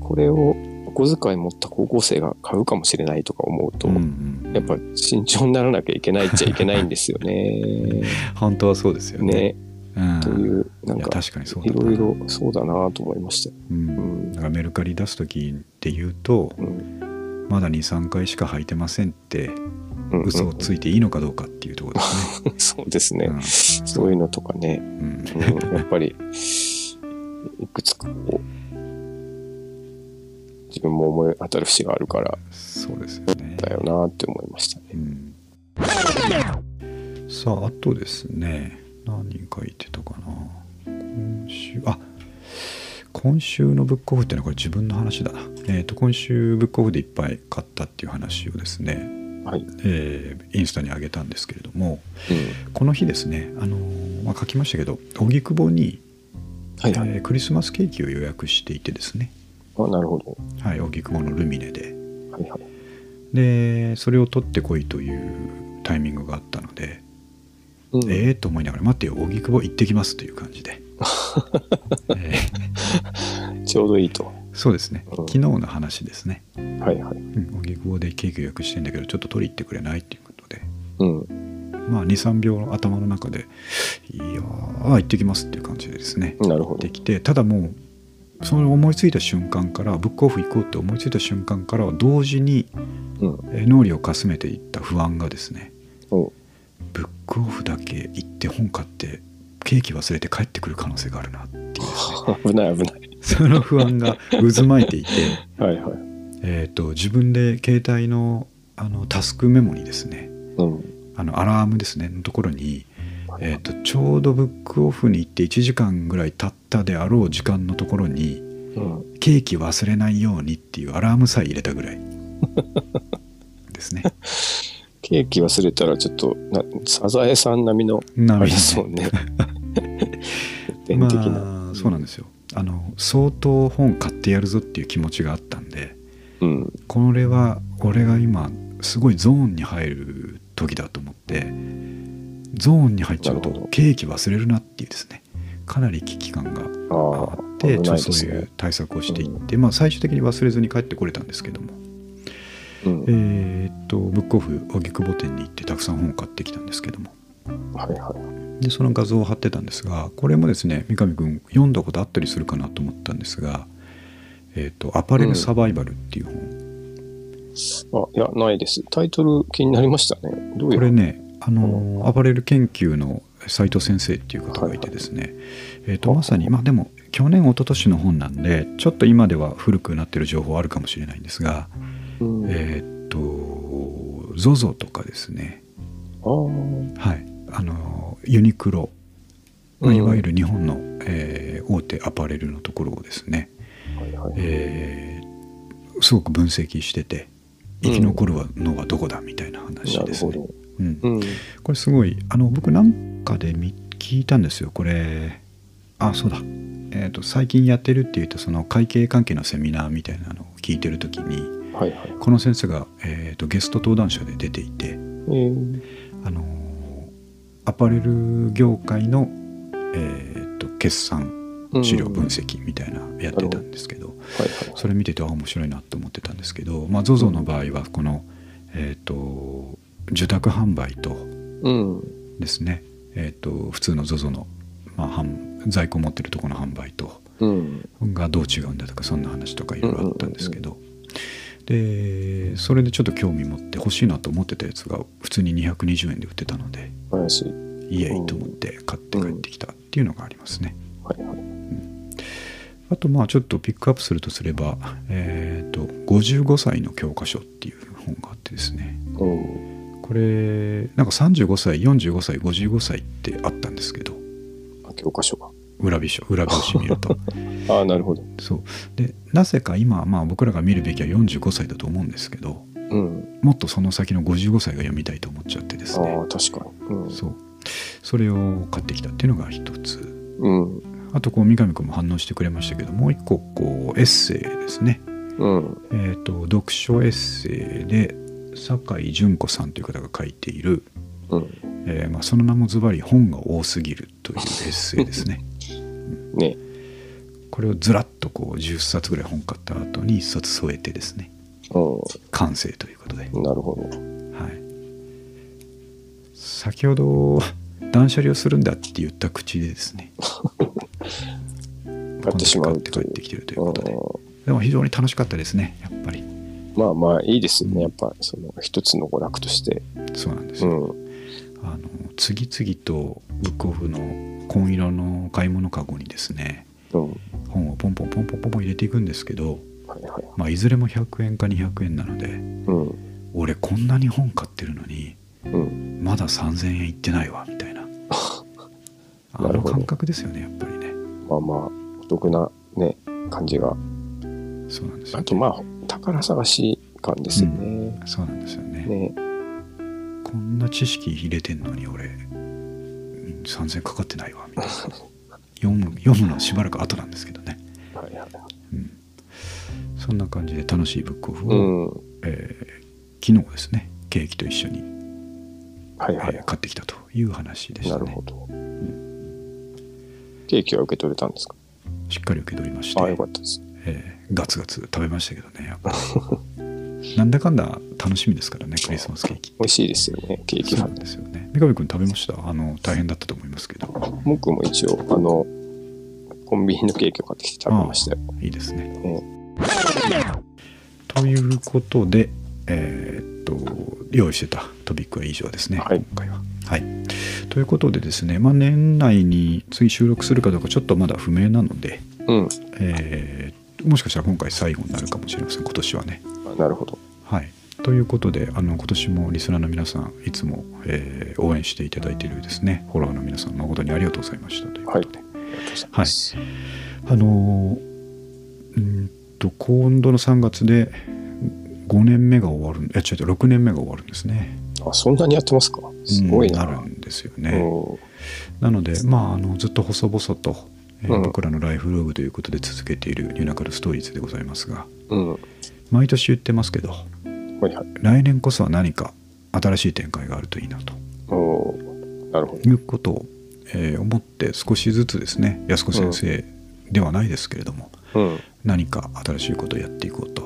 Speaker 2: これをお小遣い持った高校生が買うかもしれないとか思うと、
Speaker 1: うんうんうん
Speaker 2: やっぱ慎重にならなきゃいけないっちゃいけないんですよ ね。
Speaker 1: 本当はそうですよね。
Speaker 2: ね、
Speaker 1: うん、
Speaker 2: というなん
Speaker 1: いや
Speaker 2: か
Speaker 1: 確かにそう
Speaker 2: い
Speaker 1: だな
Speaker 2: ろいろそうだなと思いました。
Speaker 1: うん、だからメルカリ出す時って言うと
Speaker 2: うん
Speaker 1: まだ23回しか履いてませんって
Speaker 2: うん
Speaker 1: 嘘をついていいのかどうかっていうところです
Speaker 2: うん そうですね、
Speaker 1: ね。うん
Speaker 2: そういうのとかね、
Speaker 1: うん
Speaker 2: うんやっぱり、いくつかこう、自分も思い当たる節があるから
Speaker 1: そうですよね。
Speaker 2: だよなって思いましたね。
Speaker 1: うんさああとですね何書いてたかな今週あ今週のブックオフっていうのはこれ自分の話だな、えー、と今週ブックオフでいっぱい買ったっていう話をですね、
Speaker 2: はい。うん
Speaker 1: えーインスタに上げたんですけれどもこの日ですね、あのーまあ、書きましたけど荻窪に、
Speaker 2: はいはい。
Speaker 1: えークリスマスケーキを予約していてですね
Speaker 2: あ、なるほど。
Speaker 1: はい荻窪のルミネで
Speaker 2: はいはい。
Speaker 1: でそれを取ってこいというタイミングがあったので
Speaker 2: うん、
Speaker 1: ええと思いながら「待ってよ荻窪行ってきます」という感じ で、えー
Speaker 2: ちょうどいいと。は
Speaker 1: そうですね
Speaker 2: うん
Speaker 1: 昨日の話ですね
Speaker 2: いはい。
Speaker 1: うん荻窪、でケーキ予約してんだけどちょっと取り行ってくれないっていうことで
Speaker 2: うん。
Speaker 1: まあ23秒頭の中で「いやー行ってきます」っていう感じでですね
Speaker 2: なるほど
Speaker 1: で。きてただもうその思いついた瞬間からブックオフ行こうって思いついた瞬間からは同時に
Speaker 2: うん。
Speaker 1: えー脳裏をかすめていった不安がですね
Speaker 2: お
Speaker 1: ブックオフだけ行って本買ってケーキ忘れて帰ってくる可能性があるなっていうですね
Speaker 2: 危ない危ない。
Speaker 1: その不安が渦巻いていて
Speaker 2: はいはい。
Speaker 1: えーと自分で携帯のあのタスクメモにですね
Speaker 2: うん。
Speaker 1: あのアラームですねのところに、えーとちょうどブックオフに行って1時間ぐらい経ったであろう時間のところに
Speaker 2: うん。
Speaker 1: ケーキ忘 れないようにっていうアラームさえ入れたぐらいですね。
Speaker 2: ケケーキ忘れたらちょっとなサザエさん並みの
Speaker 1: な
Speaker 2: あ
Speaker 1: る
Speaker 2: れ
Speaker 1: ほ
Speaker 2: です
Speaker 1: ど
Speaker 2: も んね 典的な、
Speaker 1: まあ、そうなんですよあの相当本買ってやるぞっていう気持ちがあったんで
Speaker 2: うん
Speaker 1: これは俺が今すごいゾーンに入る時だと思ってゾーンに入っちゃうと
Speaker 2: なるほど
Speaker 1: ケーキ忘れるなっていうですねかなり危機感が
Speaker 2: あ
Speaker 1: あ
Speaker 2: あ
Speaker 1: って
Speaker 2: 危
Speaker 1: ちょ
Speaker 2: な
Speaker 1: っとそ
Speaker 2: いです
Speaker 1: ういう
Speaker 2: ね
Speaker 1: 対策をしていって、まあ、最終的に忘れずに帰ってこれたんですけども、
Speaker 2: うん
Speaker 1: えーっとブックオフ荻窪店に行ってたくさん本を買ってきたんですけども
Speaker 2: はいはい
Speaker 1: でその画像を貼ってたんですがこれもですね三上君読んだことあったりするかなと思ったんですが「えーっとアパレルサバイバル」っていう本、
Speaker 2: あいやないですタイトル気になりましたねどうい
Speaker 1: こ
Speaker 2: う
Speaker 1: れねあのーアパレル研究の斉藤先生っていう方がいてですね、えー、とまさにまあでも去年一昨年の本なんでちょっと今では古くなってる情報あるかもしれないんですが、
Speaker 2: うん
Speaker 1: えーっと ZOZO とかですね、
Speaker 2: あ
Speaker 1: はい、あのユニクロ、まあ、
Speaker 2: うん
Speaker 1: いわゆる日本の、えー大手アパレルのところをですね、
Speaker 2: あはいはい、
Speaker 1: えーすごく分析してて生き残るのはどこだみたいな話
Speaker 2: な
Speaker 1: で
Speaker 2: る
Speaker 1: す
Speaker 2: ほ
Speaker 1: ね。
Speaker 2: ど、
Speaker 1: うん
Speaker 2: うん、
Speaker 1: これすごいあの僕なんかで見聞いたんですよこれあそうだ、えー、と最近やってるっていうとその会計関係のセミナーみたいなのを聞いてる時に
Speaker 2: はいはい
Speaker 1: この先生が、えー、とゲスト登壇者で出ていて
Speaker 2: えー、
Speaker 1: あのーアパレル業界の、えー、と決算
Speaker 2: うん
Speaker 1: 資料分
Speaker 2: はい
Speaker 1: 析みたいなやってたんですけど、
Speaker 2: はい
Speaker 1: それ見ててあ面白いなと思ってたんですけど、まあ、ZOZO の場合はこの、えー、と受託販売と
Speaker 2: うん
Speaker 1: ですね、えー、と普通の ZOZO の、まあ、販在庫を持ってるところの販売と
Speaker 2: うん
Speaker 1: がどう違うんだとかそんな話とかいろいろあったんですけど、でそれでちょっと興味持って欲しいなと思ってたやつが普通に220円で売ってたので
Speaker 2: 怪しい
Speaker 1: イエイと思って買って帰ってきたっていうのがありますね。
Speaker 2: はいはい
Speaker 1: あとまあちょっとピックアップするとすれば「えー、と55歳の教科書」っていう本があってですね
Speaker 2: うん
Speaker 1: これなんか35歳45歳55歳ってあったんですけど
Speaker 2: あ教科書が
Speaker 1: 裏表紙裏表紙見ると
Speaker 2: ああなるほど
Speaker 1: そうでなぜか今はまあ僕らが見るべきは45歳だと思うんですけど
Speaker 2: うん
Speaker 1: もっとその先の55歳が読みたいと思っちゃってです
Speaker 2: あ
Speaker 1: ね
Speaker 2: あ確かにうん
Speaker 1: そうそれを買ってきたっていうのが一つ
Speaker 2: うん
Speaker 1: あとこう三上君も反応してくれましたけどもう一個こうエッセイですね
Speaker 2: うん
Speaker 1: えー、と読書エッセイで酒井純子さんという方が書いている、
Speaker 2: うん
Speaker 1: えーまあ、その名もズバリ「本が多すぎる」というエッセイです ね
Speaker 2: ね
Speaker 1: これをずらっとこう10冊ぐらい本買った後に1冊添えてですね
Speaker 2: う
Speaker 1: 完成ということで、
Speaker 2: んなるほど
Speaker 1: はい、先ほど断捨離をするんだって言った口でです ね
Speaker 2: 買ってしまう
Speaker 1: こんだけ
Speaker 2: と
Speaker 1: 買って帰
Speaker 2: いう
Speaker 1: ってきてるということで
Speaker 2: う
Speaker 1: でも非常に楽しかったですねやっぱり
Speaker 2: んまあまあいいですよねやっぱその一つの娯楽として
Speaker 1: そうなんです
Speaker 2: う
Speaker 1: よ、
Speaker 2: ん
Speaker 1: あの次々とブックオフの紺色の買い物かごにですね
Speaker 2: うん
Speaker 1: 本をポンポンポンポンポンポン入れていくんですけど、
Speaker 2: はいはい
Speaker 1: まあ、いずれも100円か200円なので
Speaker 2: うん
Speaker 1: 俺こんなに本買ってるのに
Speaker 2: うん
Speaker 1: まだ3000円いってないわみたいなあ
Speaker 2: なる
Speaker 1: の
Speaker 2: ほど
Speaker 1: 感覚ですよねやっぱりね
Speaker 2: まあまあお得なね感じが
Speaker 1: そうなんですよ
Speaker 2: あとまあ宝探し感ですよね
Speaker 1: そうなんですよね
Speaker 2: ね
Speaker 1: こんな知識入れてんのに俺うん3000円かかってないわみたいな読む読むのしばらく後なんですけどね
Speaker 2: はいはい
Speaker 1: うんそんな感じで楽しいブックオフ
Speaker 2: う
Speaker 1: を、
Speaker 2: ん
Speaker 1: えー昨日ですねケーキと一緒に、
Speaker 2: はい
Speaker 1: え
Speaker 2: はい
Speaker 1: ー買ってきたという話でし
Speaker 2: な
Speaker 1: た
Speaker 2: る
Speaker 1: ね
Speaker 2: ほどケーキは受け取れたんですか
Speaker 1: しっかり受け取りまして
Speaker 2: ああよかったです
Speaker 1: えーガツガツ食べましたけどねやっぱりなんだかんだ楽しみですからねクリスマスケーキ
Speaker 2: 美味しいですよねケーキ
Speaker 1: そうな
Speaker 2: は
Speaker 1: んですよね三上君食べましたあの大変だったと思いますけど
Speaker 2: 僕も一応あのコンビニのケーキを買ってきて食べましたよ
Speaker 1: いいですね
Speaker 2: ね
Speaker 1: ということでえーっと用意してたトピックは以上ですね、
Speaker 2: はい
Speaker 1: 今回は。はい、ということでですね、まあ、年内に次収録するかどうかちょっとまだ不明なので、
Speaker 2: うん
Speaker 1: えーもしかしたら今回最後になるかもしれません今年はね。
Speaker 2: あなるほど
Speaker 1: はい、ということであの今年もリスナーの皆さんいつも、えー応援していただいているですねフォロワーの皆さん誠にありがとうございましたというこ
Speaker 2: はい
Speaker 1: とで、
Speaker 2: ありがとうございます
Speaker 1: あのーうーんと今度の3月で5年目が終わるえ違う違う6年目が終わるんですね
Speaker 2: あそんなにやってますかすごいな。
Speaker 1: うんなるんですよ
Speaker 2: う
Speaker 1: ね。
Speaker 2: ん
Speaker 1: なので、まあ、あのずっと細々と、えー
Speaker 2: うん
Speaker 1: 僕らのライフログということで続けているユナカルストーリーズでございますが
Speaker 2: うん。は
Speaker 1: 毎年言ってますけど
Speaker 2: いはい。
Speaker 1: 来年こそは何か新しい展開があるといいなと
Speaker 2: おなるほど。
Speaker 1: いうことを、えー思って少しずつですね安子先生ではないですけれども、
Speaker 2: うん。
Speaker 1: 何か新しいことをやっていこうと、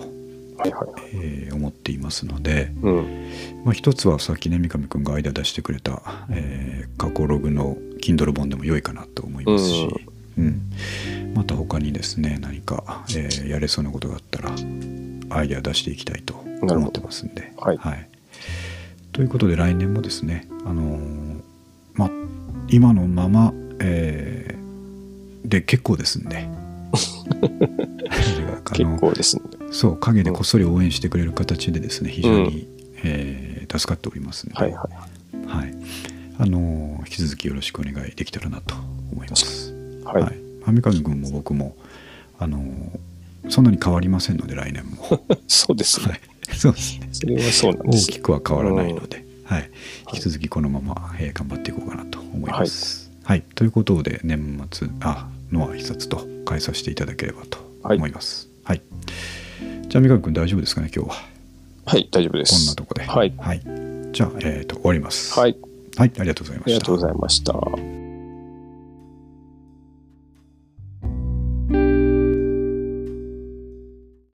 Speaker 2: はいはい。
Speaker 1: えー思っていますので、
Speaker 2: うん。
Speaker 1: まあ、一つはさっきね三上くんが間出してくれた、えー過去ログの Kindle 本でも良いかなと思いますし、うんまた他にですね何か、えーやれそうなことがあったらアイデア出していきたいと
Speaker 2: なるほど
Speaker 1: 思ってますんで。
Speaker 2: はい
Speaker 1: ということで来年もですね、あのーまあ今のまま、えーで結構ですん で。 あの
Speaker 2: 結構ですね。
Speaker 1: そう陰でこっそり応援してくれる形でですね非常に、えー助かっておりますので、
Speaker 2: はいは
Speaker 1: はいあのー引き続きよろしくお願いできたらなと思います。
Speaker 2: い。はい。
Speaker 1: はい、三上君も僕もあのーそんなに変わりませんので来年 も、は
Speaker 2: そうですね。
Speaker 1: い、そうですね
Speaker 2: それはそうなん
Speaker 1: 大
Speaker 2: です。
Speaker 1: きくは変わらないので、はい、引き続きこのまま、えー頑張っていこうかなと思います。はい、ということで年末あの挨拶と変えさせていただければと思います。はい、じゃあ三上君大丈夫ですかね今日は
Speaker 2: はい、大丈
Speaker 1: こ
Speaker 2: 夫で
Speaker 1: んな
Speaker 2: す。
Speaker 1: とこで。
Speaker 2: はい
Speaker 1: はい、じゃあ、えー、と終わります。
Speaker 2: はい。
Speaker 1: はい、ありがとうございま
Speaker 2: あり
Speaker 1: し
Speaker 2: が
Speaker 1: た
Speaker 2: とう。ございました。